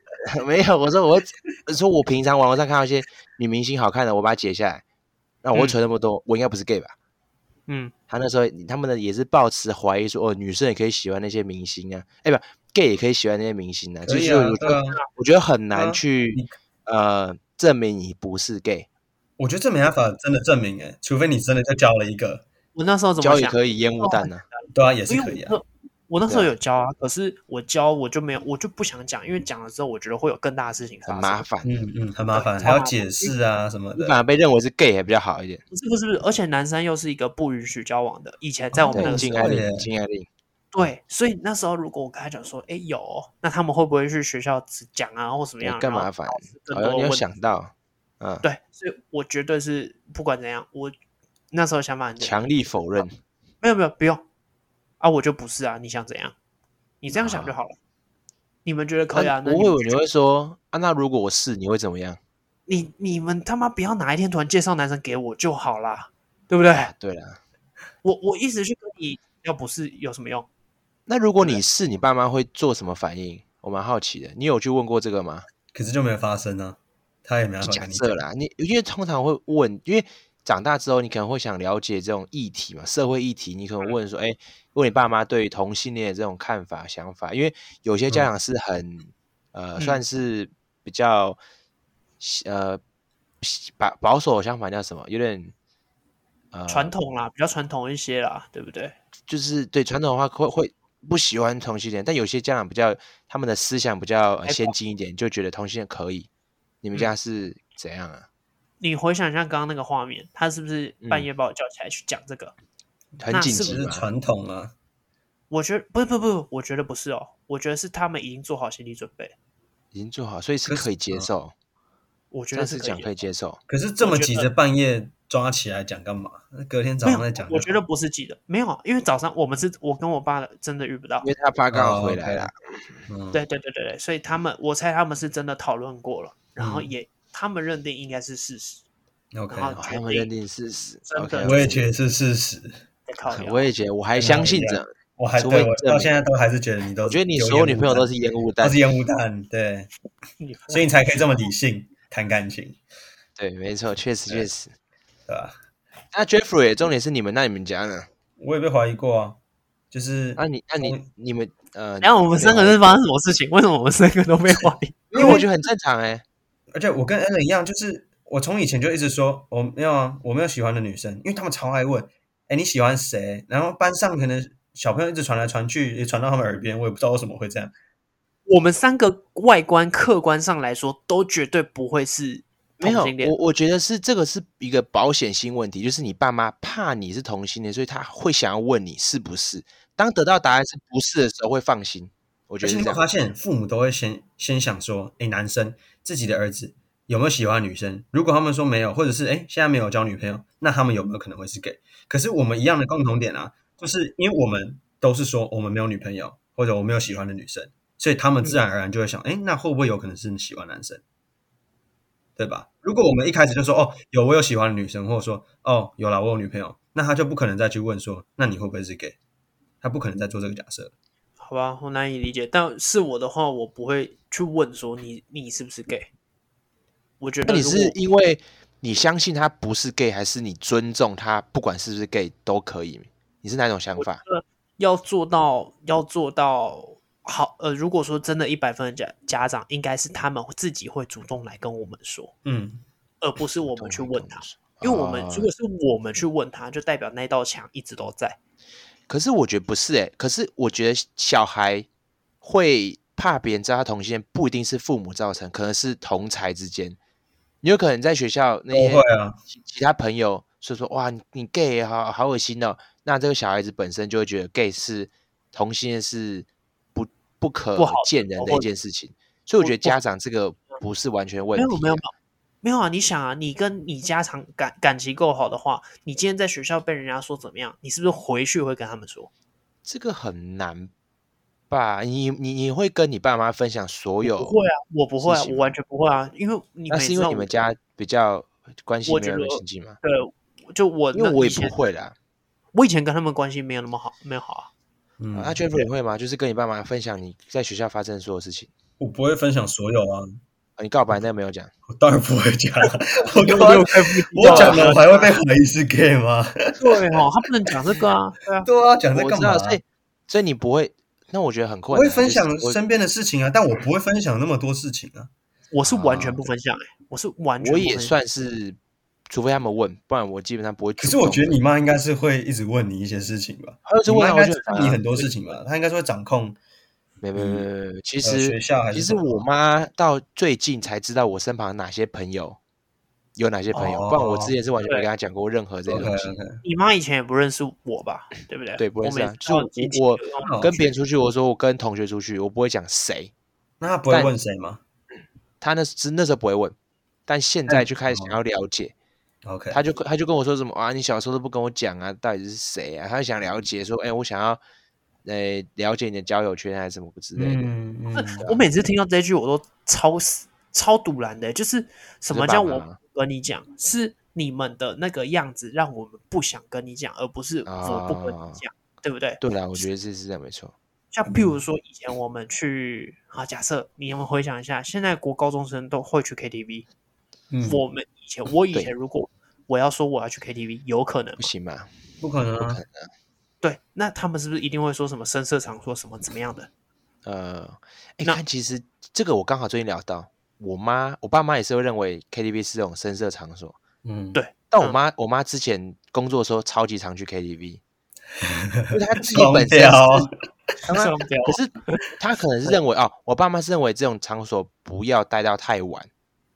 S3: 没有，我说我我说我平常网络上看到一些女明星好看的，我把它截下来，那我会存那么多，我应该不是 gay 吧？
S2: 嗯，
S3: 他那时候他们的也是抱持怀疑说，哦，女生也可以喜欢那些明星啊，哎不，gay 也可以喜欢那些明星啊，
S1: 可
S3: 就
S1: 以
S3: 是
S1: 啊
S3: 我，觉
S1: 对啊
S3: 得，我觉得很难
S1: 啊
S3: 去
S1: 你
S3: 呃证明你不是 gay，
S1: 我觉得这没办法真的证明哎，除非你真的就交了一个，
S2: 我那时候怎么
S3: 交也
S2: 想？
S3: 可以，烟雾
S2: 哦
S3: 弹呢、
S1: 对啊，也是
S2: 因
S1: 可
S2: 为
S1: 以啊
S2: 我。那我那时候
S3: 对啊
S2: 有教啊，可是我教我就没有，我就不想讲，因为讲了之后，我觉得会有更大的事情发
S3: 很
S2: 生。
S3: 麻烦，
S1: 嗯嗯，很麻烦，
S2: 对
S1: 还要
S2: 超麻烦
S1: 解释啊什么
S3: 你
S1: 的。
S3: 反而被认为是 gay 还比较好一点，
S2: 不是不是不是，而且南山又是一个不允许交往的，以前在我们
S1: 哦
S2: 那
S3: 对，啊
S2: 个
S1: 是
S2: 时
S3: 禁
S2: 候，
S3: 爱
S1: 会
S3: 令，
S1: 耶
S3: 禁爱令，
S2: 对，所以那时候如果我跟他讲说，哎有哦，那他们会不会去学校只讲啊，或怎么
S3: 对
S2: 样？
S3: 更
S2: 然后
S3: 麻烦
S2: 导致，更
S3: 好
S2: 多
S3: 像你
S2: 的
S3: 有
S2: 问
S3: 想
S2: 题
S3: 到，嗯，
S2: 对，所以我绝对是不管怎样，我那时候想法很简单，
S3: 强力否认。
S2: 没有没有不用啊，我就不是啊，你想怎样？你这样想就好了。你们觉得可以啊？那
S3: 我
S2: 你
S3: 啊会
S2: 们
S3: 以为
S2: 就
S3: 你会说啊，那如果我是你会怎么样？
S2: 你你们他妈不要哪一天突然介绍男生给我就好啦，对不对？
S3: 对啦，
S2: 我我一直去跟你要不是有什么用？
S3: 那如果
S2: 啊
S3: 你是你爸妈会做什么反应？我蛮好奇的，你有去问过这个吗？
S1: 可是就没有发生啊，他也没办
S3: 就
S1: 法
S3: 假
S1: 跟你
S3: 设
S1: 讲。
S3: 啦，你因为通常会问，因为长大之后你可能会想了解这种议题嘛，社会议题，你可
S2: 嗯
S3: 能问说，哎、问你爸妈对于同性恋的这种看法、想法，因为有些家长是很、呃，
S2: 嗯
S3: 算是比较呃保保守的想法叫什么，有点呃
S1: 嗯
S2: 传统啦，比较传统一些啦，对不对？
S3: 就是对传统的话会会不喜欢同性恋，但有些家长比较他们的思想比较、呃
S2: 开
S3: 先
S2: 放
S3: 进一点，就觉得同性恋可以。你们
S2: 嗯
S3: 家是怎样啊？
S2: 你回想一下刚刚那个画面，他是不是半
S3: 嗯
S2: 夜把我叫起来去讲这个？
S3: 很
S2: 那
S3: 紧
S1: 只
S2: 是
S3: 急
S1: 是
S3: 吗？
S1: 传统啊，
S2: 我觉得不不不，我觉得不是哦，我觉得是他们已经做好心理准备，
S3: 已经做好，所以是
S1: 可是
S3: 可以接
S1: 嗯
S3: 受。
S2: 我觉
S3: 这样
S2: 得
S3: 是
S2: 是
S3: 讲可
S2: 以
S3: 以接受。
S1: 可是这么
S2: 我觉得
S1: 急着半夜抓起来讲干嘛？那隔天
S2: 的。
S1: 早
S2: 没
S1: 上再讲
S2: 有，
S1: 就好。
S2: 我觉得不是记得，没有，啊因为早上我们是我跟我爸的真的遇不到
S3: 因，为他爸刚好
S1: 哦
S3: 回
S1: ，OK
S3: 来啦，
S1: 嗯，
S2: 对对对对对，所以他们我猜他们是真的讨论过了，然后
S1: 嗯
S2: 也、他们认定应该是事实，
S1: ，OK，
S2: 然后
S3: 哦
S2: 决
S3: 他们
S2: 定
S3: 认定事实。
S2: 真
S3: OK，
S2: 的
S1: 我也觉得是事实。
S2: 在靠腰
S3: 我也觉得，我还
S1: 真的
S3: 相
S1: 很
S3: 信
S1: 一样
S3: 着。
S1: 我还
S3: 除非
S1: 对我
S3: 证明
S1: 到现在都还是觉得你都，
S3: 我觉得你所有女朋友都是烟雾弹
S1: 都是。烟雾弹，对，
S2: 你
S1: 所以你才可以这么理性谈感情，
S3: 对，没错，确实确实。
S1: 对吧？
S3: 那 Jeffrey，重点是你们，那你们家呢？
S1: 我也被怀疑过啊，就是
S3: 那你那你
S1: 嗯
S3: 你们呃，
S2: 然后我们三个
S3: 人
S2: 是发生什么事情？为什么我们三个都被怀疑？
S3: 因为我觉得很正常哎。
S1: 而且我跟 Allen 一样，就是我从以前就一直说我没有啊，我没有喜欢的女生，因为他们超爱问，哎，你喜欢谁？然后班上可能小朋友一直传来传去，也传到他们耳边，我也不知道为什么会这样。
S2: 我们三个外观客观上来说，都绝对不会是
S3: 没
S2: 同
S3: 有
S2: 性恋
S3: 我，。我觉得是这个是一个保险性问题，就是你爸妈怕你是同性恋，所以他会想要问你是不是。当得到答案是不是的时候，会放心。我觉
S1: 而
S3: 得
S1: 且
S3: 是
S1: 你
S3: 这
S1: 会
S3: 样。
S1: 发现，父母都会先先想说，哎，男生自己的儿子有没有喜欢女生？如果他们说没有，或者是哎现在没有交女朋友，那他们有没有可能会是 gay？可是我们一样的共同点啊，就是因为我们都是说我们没有女朋友，或者我没有喜欢的女生，所以他们自然而然就会想，哎、那会不会有可能是你喜欢男生？对吧？如果我们一开始就说哦有我有喜欢的女生，或者说哦有啦我有女朋友，那他就不可能再去问说那你会不会是 gay？他不可能再做这个假设了。
S2: 好吧，我难以理解。但是我的话，我不会去问说你你是不是 gay。我觉得
S3: 那你
S2: 如
S3: 是
S2: 果
S3: 因为你相信他不是 gay，还是你尊重他，不管是不是 gay 都可以？你是哪种想法？
S2: 要做到要做到好，呃，如果说真的一百分的家家长，应该是他们自己会主动来跟我们说，
S1: 嗯，
S2: 而不是我
S3: 我
S2: 们去问他。，因为我们
S3: 哦
S2: 如果是我们去问他，就代表那道墙一直都在。
S3: 可是我觉得不是诶、欸可是我觉得小孩会怕别人知道他同性恋，不一定是父母造成，可能是同才之间。你有可能在学校那
S1: 都
S3: 些
S1: 会啊，
S3: 其其他朋友说说哇，你你 gay 好好恶心哦。那这个小孩子本身就会觉得 gay 是同性恋是不不
S2: 不
S3: 可
S2: 好的
S3: 见人的
S2: 或
S3: 一件事情，所以我
S2: 不
S3: 觉得
S2: 不
S3: 家长这个不是完全问
S2: 没
S3: 题
S2: 有
S3: 啊、
S2: 没有没有没有啊！你想啊，你跟你家长感感情够好的话，你今天在学校被人家说怎么样，你是不是回去会跟他们说？
S3: 这个很难吧？你你你会跟你爸妈分享所有？
S2: 不会啊，我不会啊
S3: 事，情
S2: 我完全不会啊，因为你
S3: 那
S2: 们也
S3: 是因
S2: 知
S3: 为
S2: 道
S3: 你
S2: 我
S3: 们家比较关系
S2: 我
S3: 没
S2: 觉
S3: 有那么
S2: 得
S3: 亲近吗？
S2: 对，就我
S3: 因为
S2: 那
S3: 我
S2: 以
S3: 也不
S2: 前
S3: 会啦。
S2: 我以前跟他们关系没有那么好，没有好啊。
S1: 嗯，
S3: 那 Jeffrey 你会吗？就是跟你爸妈分享你在学校发生的所有事情，
S1: 我不会分享所有啊，
S3: 啊你告
S2: 嗯
S3: 白那个没有讲。
S1: 我当然不会讲。啊 我
S2: 因为
S1: 刚
S2: 我看不清
S1: 我讲
S2: 楚
S1: 了，我还会被怀疑是 gay 吗？
S2: 对哦，他不能讲这个啊，对啊，
S1: 对啊，讲这
S3: 我
S1: 干
S3: 知
S1: 嘛
S3: 道，？所以所以你不会，那我觉得很
S1: 我
S3: 困难。啊
S1: 会分享
S3: 就是我
S1: 身边的事情啊，但我不会分享那么多事情啊。
S2: 我是完全不分享哎、我是完全
S3: 我
S2: 不分
S3: 也
S2: 享
S3: 算是，除非他们问，不然我基本上不会主
S1: 可
S3: 动
S1: 是
S3: 的。
S1: 我觉得你妈应该是会一直问你一些事情吧？
S3: 还有是
S1: 你
S3: 问
S1: 妈
S3: 啊
S1: 应该
S3: 我就
S1: 知道你很多事
S3: 情。
S1: 情吧？她应该是会掌控。
S3: 没没没没没，其
S1: 呃
S3: 实
S1: 学校还
S3: 其
S1: 是
S3: 实
S1: 什么
S3: 我妈到最近才知道我身旁哪些朋友有哪些朋友，不然我之前是完全没
S2: 对
S3: 跟她讲过任何这些
S1: OK
S3: 东西。
S1: 哦 OK，
S2: 你妈以前也不认识我吧，对不对？
S3: 对不认识啊
S2: 我每次到
S3: 就
S2: 集体活
S3: 我
S2: 动
S1: 好
S3: 跟别人出去，我说我跟同学出去，我不会讲谁，
S1: 那她不会
S3: 但
S1: 问谁吗
S3: 她那时那时候不会问，但现在
S1: 但
S3: 就开始
S1: 哦
S3: 想要了解，
S1: ？OK，
S3: 她就她就跟我说什么啊，你小时候都不跟我讲啊，到底是谁啊？她就想了解，说，哎、我想要，呃，了解你的交友圈还是什么之类的。啊
S1: 嗯嗯，
S2: 我每次听到这句，我都超死超堵然的、欸就是什么
S3: 是吧
S2: 叫我
S1: 啊
S2: 不跟你讲，是你们的那个样子让我们不想跟你讲，而不是
S1: 啊
S2: 我不跟你讲，对不对？
S3: 对啦，我觉得这是这样没错。
S2: 像譬
S1: 嗯
S2: 如说以前我们去啊，假设你们回想一下，现在国高中生都会去 KTV，、
S1: 嗯
S2: 我们以前我以
S3: 对
S2: 前如果我要说我要去 KTV，有可能
S3: 不行吧？
S1: 不可能啊，
S2: 对，那他们是不是一定会说什么深色场所什么怎么样的？
S3: 呃，哎，
S2: 那
S3: 看其实这个我刚好最近聊到，我妈我爸妈也是会认为 KTV 是这种深色场所，
S1: 嗯，
S2: 对
S3: 但我
S2: 嗯
S3: 妈、我妈之前工作的时候超级常 去 KTV，因为她自己
S1: 双
S3: 本身
S1: 标
S3: 是 她妈
S2: 双标
S3: 可是她可能是认为哦，我爸妈是认为这种场所不要待到太晚，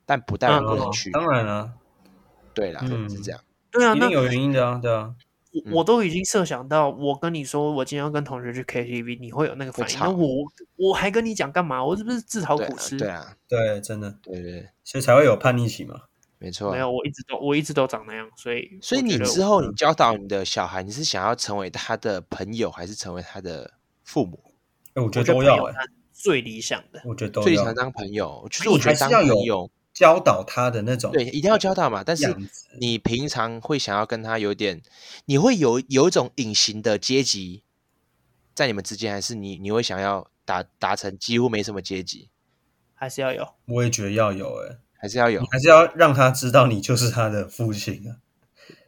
S3: 但不代表
S2: 嗯
S3: 不能
S1: 哦
S3: 去。
S1: 当然了，
S3: 对啦，
S1: 嗯
S3: 是这样。
S2: 对啊，
S1: 一
S2: 那
S1: 定有原因的啊，对啊，
S2: 我
S3: 嗯
S2: 我都已经设想到，我跟你说我今天要跟同学去 KTV，你会有那个
S3: 会
S2: 反应，
S3: 吵
S2: 那我我还跟你讲干嘛？我是不是自讨
S3: 对
S2: 苦
S3: 啊，
S2: 吃？
S3: 对啊，
S1: 对，真的，
S3: 对对对，
S1: 所以才会有叛逆期嘛。
S3: 没错。
S2: 没有，我一直都我一直都长那样，所以
S3: 所以
S2: 我
S3: 你
S2: 觉得
S3: 之后你教导你的小孩，你是想要成为他的朋友，还是成为他的父母？
S1: 哎，我觉得
S2: 我觉
S1: 都
S2: 得啊朋
S1: 要
S2: 友
S1: 哎，
S2: 他是最理想的，
S1: 我觉得都
S3: 最
S1: 要
S3: 想。当朋友，就是
S1: 你
S3: 我觉
S1: 还
S3: 得
S1: 是
S3: 当
S1: 要
S3: 朋
S1: 有
S3: 友，
S1: 教导他的那种
S3: 对，一定要教导嘛。但是
S1: 样子。
S3: 你平常会想要跟他有点，你会有有一种隐形的阶级在你们之间，还是你你会想要达达成几乎没什么阶级，
S2: 还是要有。
S1: 我也觉得要有哎、
S3: 还是要有
S1: 你？还是要让他知道你就是他的父亲啊。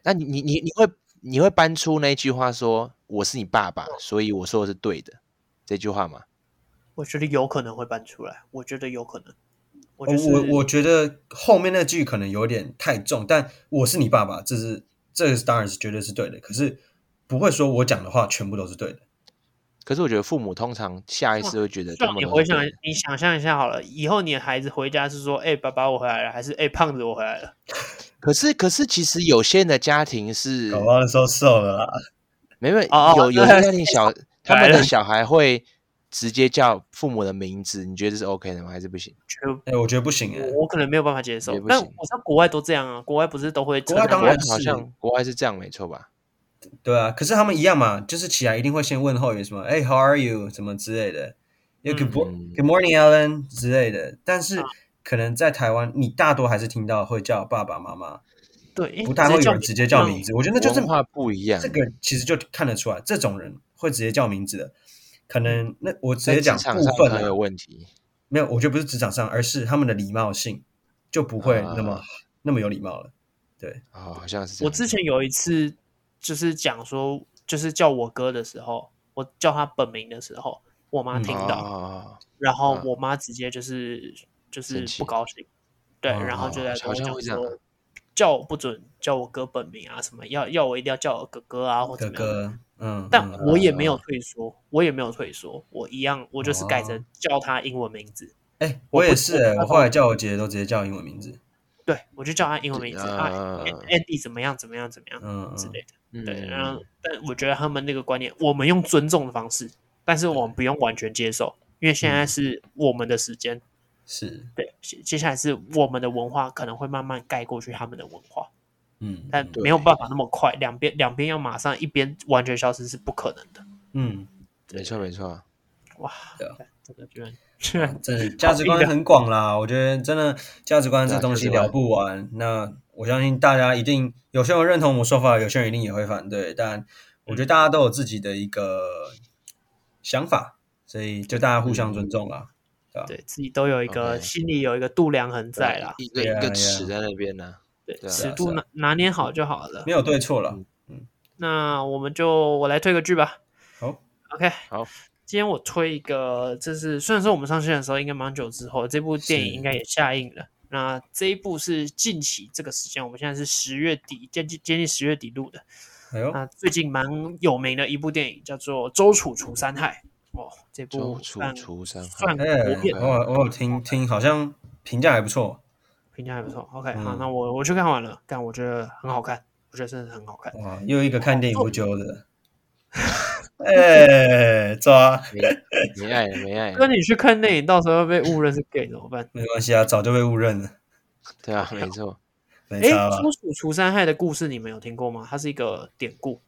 S3: 那你你你你会你会搬出那一句话说我是你爸爸，所以我说的是对的这句话吗？
S2: 我觉得有可能会搬出来，我觉得有可能。我
S1: 我
S2: 就是
S1: 哦我我觉得后面那句可能有点太重，但我是你爸爸，这是这是当然是绝对是对的。可是不会说我讲的话全部都是对的，
S3: 可是我觉得父母通常下意识会觉得他
S2: 像
S3: 们
S2: 你
S3: 都是
S2: 回想
S3: 对的，
S2: 你想象一下好了，以后你的孩子回家是说：“哎、爸爸，我回来了。”还是“哎、胖子，我回来了
S3: 可是可是其实有些人的家庭是
S1: 搞不好的时候瘦了啊啦，
S3: 没有
S2: 哦哦
S3: 有有
S2: 对
S3: 些 家庭小他们
S2: 来
S3: 的
S2: 了
S3: 小孩会直接叫父母的名字，你觉得这是 OK 的吗？还是不行？”，
S2: 就
S1: 哎、我觉得不行哎、
S2: 我我可能没有办法接受
S3: 也。不
S2: 但
S3: 行
S2: 我在国外都这样啊，国外不是都会
S1: 国外
S2: 称他
S1: 当
S2: 们
S3: 国外
S1: 然是
S3: 好像国外是这样没错吧？
S1: 对啊，可是他们一样嘛，就是起来一定会先问候语什么，哎、h o w are you？什么之类的，有 Good
S2: 嗯
S1: bo-
S3: 嗯
S1: Good morning Alan 之类的。但
S2: 啊
S1: 是可能在台湾，你大多还是听到会叫爸爸妈妈，
S2: 对，因为嗯
S1: 不太会有人
S2: 你
S1: 直接叫名
S2: 字，
S1: 字。我觉得那就是
S3: 文化不一样
S1: 这个其实就看得出来，这种人会直接叫名字的，可能那我直
S3: 在
S1: 接讲
S3: 嗯职场
S1: 部
S3: 上
S1: 分
S3: 可能
S1: 啊，
S3: 有问题。
S1: 没有，我觉得不是职场上，而是他们的礼貌性就不会那么、
S3: 啊
S1: 那么有礼貌了。对，
S3: 哦，好像是这
S2: 我
S3: 样。
S2: 之前有一次就是讲说，就是叫我哥的时候，我叫他本名的时候，我妈
S1: 嗯
S2: 听到，
S3: 哦
S2: 然后
S3: 嗯
S2: 我妈直接就是、就是
S3: 生气
S2: 不高兴，对，
S1: 哦
S2: 然后就在
S3: 好
S2: 跟我
S3: 像
S2: 讲
S3: 会这样啊
S2: 说，叫我不准叫我哥本名啊，什么要要我一定要叫我哥哥啊，
S1: 哥
S2: 或怎么样。
S1: 哥，嗯，
S2: 但
S1: 嗯
S2: 我也没有退缩，我也没有退缩，我一样，我就是改
S1: 哦
S2: 成叫他英文名字，
S1: 哎、我也是、哎，
S2: 我不
S1: 我后来叫我姐姐都直接叫英文名字，
S2: 对我就叫他英文名字啊
S3: 啊
S2: ，Andy 怎么样怎么样怎么样
S1: 嗯，嗯
S2: 之类的。
S3: 嗯
S2: 对，然后但我觉得他们那个观念，我们用尊重的方式，但是我们不用完全接受，因为现
S1: 嗯
S2: 在是我们的时间，
S1: 是，
S2: 对，接接下来是我们的文化可能会慢慢盖过去他们的文化，
S1: 嗯，
S2: 但
S1: 嗯
S2: 没有办法那么快，两边两边要马上一边完全消失是不可能的。
S1: 嗯，
S3: 没错没错，
S2: 哇
S1: 对啊，
S2: 这个居然居然
S1: 真的价值观很广啦。我觉得真的价值观这东西
S3: 对啊
S1: 聊不完。那我相信大家一定有些人认同我说法，有些人一定也会反对。但我觉得大家都有自己的一个想法，所以就大家互相尊重啦。
S2: 对自己都有一个
S3: OK
S2: 心里有一个度量衡在啦，
S3: 一个
S1: 对啊
S3: 一个
S1: 对啊
S3: 尺在那边呢。
S2: 对
S3: 对啊
S1: 是
S2: 尺
S1: 啊
S2: 度
S1: 是
S2: 拿
S1: 啊
S2: 拿捏好就好了
S1: 没。有对错了。
S2: 那我们就我来推个剧吧。
S1: 好，
S2: OK，
S3: 好，
S2: 今天我推一个，这是虽然说我们上线的时候应该蛮久之后，这部电影
S1: 是
S2: 应该也下映了。那这一部是近期这个时间，我们现在是十月底，接近接近十月底录的。
S1: 哎呦，
S2: 那最近蛮有名的一部电影叫做《周楚除三害》哦，这
S3: 周
S2: 部
S3: 楚
S2: 算
S3: 除三害
S2: 算，
S1: 哎
S2: 国片，
S1: 我有我有听听，好像评价还不错。
S2: 评价还不错。OK，、
S1: 嗯
S2: 好，那我我去看完了，但我觉得很好看，我觉得真的很好
S3: 嗯
S2: 看。
S1: 哇，又一个看电影不揪的。哎，抓，
S3: 没爱了没爱了，
S2: 那你去看电影，到时候被误认是 gay 怎么办？
S1: 没关系啊，早就被误认了，
S3: 对啊，没错，
S1: 没
S2: 哎，
S1: 差吧？
S2: 周楚除三害的故事你们有听过吗？它是一个典故。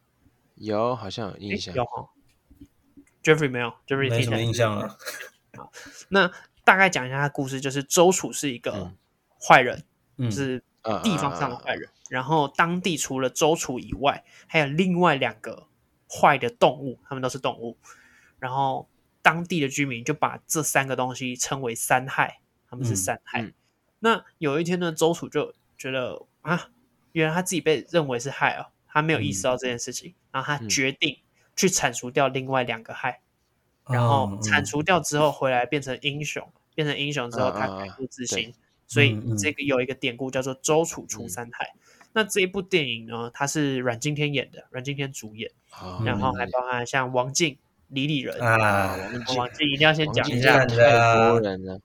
S3: 有好像有印
S2: 诶
S3: 象
S2: 有，哈，Jeffrey 没有，Jeffrey
S1: 没什么
S2: 听
S1: 印
S2: 起来
S1: 象了。
S2: 那大概讲一下他的故事，就是周楚是一个
S3: 嗯
S2: 坏人，
S1: 嗯，
S2: 就是
S3: 啊
S2: 地方上的坏
S3: 人，
S2: 人。然后当地除了周楚以外，还有另外两个坏的动物，他们都是动物。然后当地的居民就把这三个东西称为三害，他们是
S1: 嗯
S2: 三害。
S3: 嗯
S2: 那有一天呢，周楚就觉得啊，原来他自己被认为是害哦，他没有意识到这件事情，然后他
S3: 嗯
S2: 决定去铲除掉另外两个害。然
S1: 哦
S2: 后
S1: 嗯
S2: 铲除掉之后回来变成英雄，变成英雄之后
S3: 啊
S2: 他
S3: 啊
S2: 改
S3: 啊
S2: 过自
S3: 对
S2: 新，所以
S1: 嗯嗯
S2: 这个有一个典故叫做周楚
S3: 嗯
S2: 除三害。那这一部电影呢，它是阮经天演的，阮经天主演，
S3: 好啊
S2: 然后还包含像王静、李李仁。
S1: 啊，
S2: 王静一定要先
S3: 王
S2: 讲
S3: 静
S2: 一
S1: 静
S2: 下
S1: 看，
S3: 太
S1: 的
S3: 多人了。啊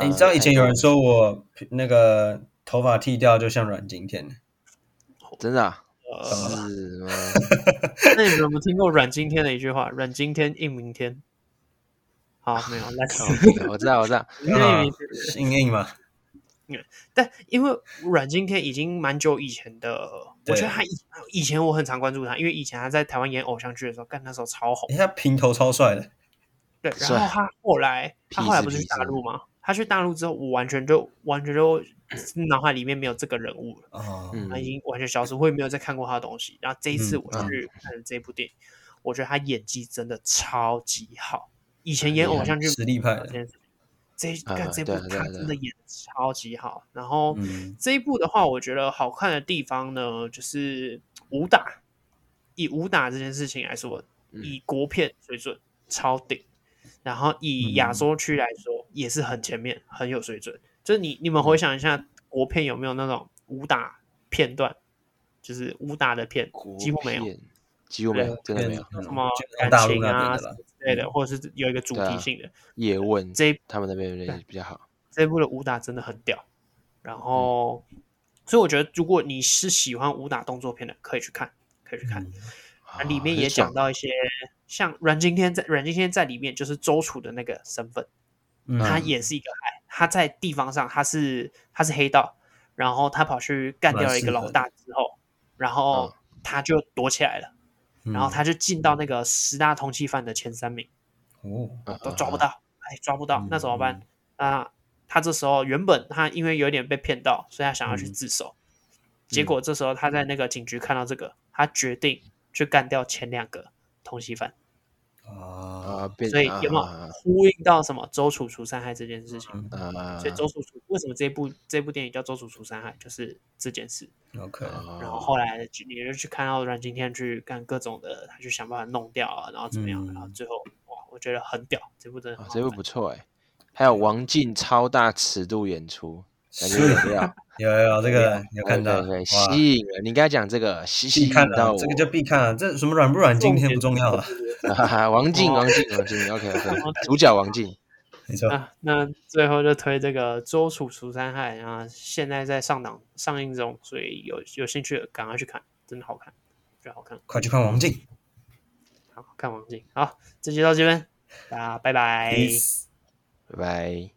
S1: 哎你知道
S2: 呃
S1: 以前有人
S3: 太
S1: 说我那个头发剃掉就像阮经天，
S3: 多人真的啊
S2: 呃，
S3: 是吗？
S2: 那你们有没有听过阮经天的一句话？阮经天应明天。好，没有，来，
S3: 靠啊我知道我知道，
S2: 因为
S1: 硬硬嘛，
S2: 但因为阮经天已经蛮久以前的，我
S1: 对
S2: 觉得他以以前我很常关注他，因为以前他在台湾演偶像剧的时候，干那时候超红
S1: 诶。哎他平头超帅的，
S2: 对，然后
S3: 帅
S2: 他后来他后来
S3: 屁
S2: 不
S3: 事
S2: 是去
S3: 屁
S2: 大
S3: 事
S2: 陆吗？他去大陆之后，我完全就完全就脑海里面没有这个人物了，
S1: 哦，
S3: 嗯
S2: 他已经完全消失，我也没有再看过他的东西。然后这一次
S1: 嗯
S2: 我
S3: 嗯
S2: 去看了这部电影，我觉得他演技真的超级好。以前
S3: 很
S2: 演
S3: 厉
S2: 偶
S3: 害
S2: 像剧
S1: 实力派
S2: 这
S1: 的，
S2: 件事情这
S3: 啊
S2: 干这部
S3: 对啊对啊
S2: 他
S3: 对啊
S2: 真的演的超级好，然后。
S1: 嗯
S2: 这一部的话，我觉得好看的地方呢，就是武打。以武打这件事情来说，
S3: 嗯
S2: 以国片水准超顶，然后以亚
S3: 嗯
S2: 洲区来说也是很前面，很有水准。就是你你
S1: 嗯
S2: 们回想一下，国片有没有那种武打片段，就是武打的片
S3: 国
S2: 几乎没有，
S3: 片几乎没有，真的没有。
S1: 嗯
S2: 什么
S1: 就
S2: 感
S1: 从大陆
S2: 情
S1: 那
S2: 啊
S1: 边
S2: 什
S1: 的
S2: 么
S1: 啦，嗯
S2: 之类的，或者是有一个主
S3: 对啊
S2: 题性的。
S3: 叶问
S2: 这一
S3: 他们那边人也比较好，
S2: 这一部的武打真的很屌。
S1: 嗯
S2: 然后，所以我觉得如果你是喜欢武打动作片的，可以去看，可以去看。
S1: 嗯
S2: 啊，里面
S3: 很
S2: 也讲
S3: 爽
S2: 到一些像阮经天在阮经天在里面就是周楚的那个身份，
S1: 嗯
S2: 他也是一个海，他在地方上他是他是黑道，然后他跑去干掉了一个老大之后，然后他就躲起来了，
S1: 嗯
S2: 然后他就进到那个十大通缉犯的前三名，
S1: 哦，
S3: 嗯
S2: 都抓不
S3: 嗯
S2: 到，哎，抓不到
S1: 嗯，
S2: 那怎么办
S1: 嗯？
S2: 那他这时候原本他因为有点被骗到，所以他想要去
S1: 嗯
S2: 自首，结果这时候他在那个警局看到这个，他决定去干掉前两个通缉犯，
S3: 嗯啊
S1: 啊，，
S3: 变
S2: 所以
S3: 啊
S2: 有没有呼应到什么周楚除三害这件事情？
S1: 嗯
S3: 啊啊
S2: 所以周楚除为什么这部这部电影叫《周楚除三害》，就是这件事。
S1: ，OK，
S3: 啊
S2: 然
S3: 哦
S2: 后后来就你就去看到阮经天去干各种的，他去想办法弄掉啊，然后怎么样，然后
S1: 嗯
S2: 最后哇，我觉得很屌，这部真的很
S3: 啊
S2: 好
S3: 这部
S2: 看
S3: 不错哎，还有王静超大尺度演出，感觉
S1: 是
S3: 有料。
S1: 有有有这个
S3: 对
S1: 有看到，
S3: 对对，
S1: 哇
S3: 吸引了。你刚才讲这个吸吸
S1: 必
S3: 引
S1: 看
S3: 到
S1: 了，
S3: 我，
S1: 这个就必看了，这什么软不软今天不重要了，
S3: 哈哈，王静，
S2: 哦
S3: 王静，王静，OK OK，
S2: 哦
S3: 主角 王静，
S1: 没错，
S2: 啊，那最后就推这个《周楚除三害》啊，现在在上档上映中，所以有有兴趣的赶快去看，真的好看，真的好看，
S1: 快去看王静
S2: 好看王静。好，这集到这边，大家拜拜。
S1: ，peace。
S3: 拜拜。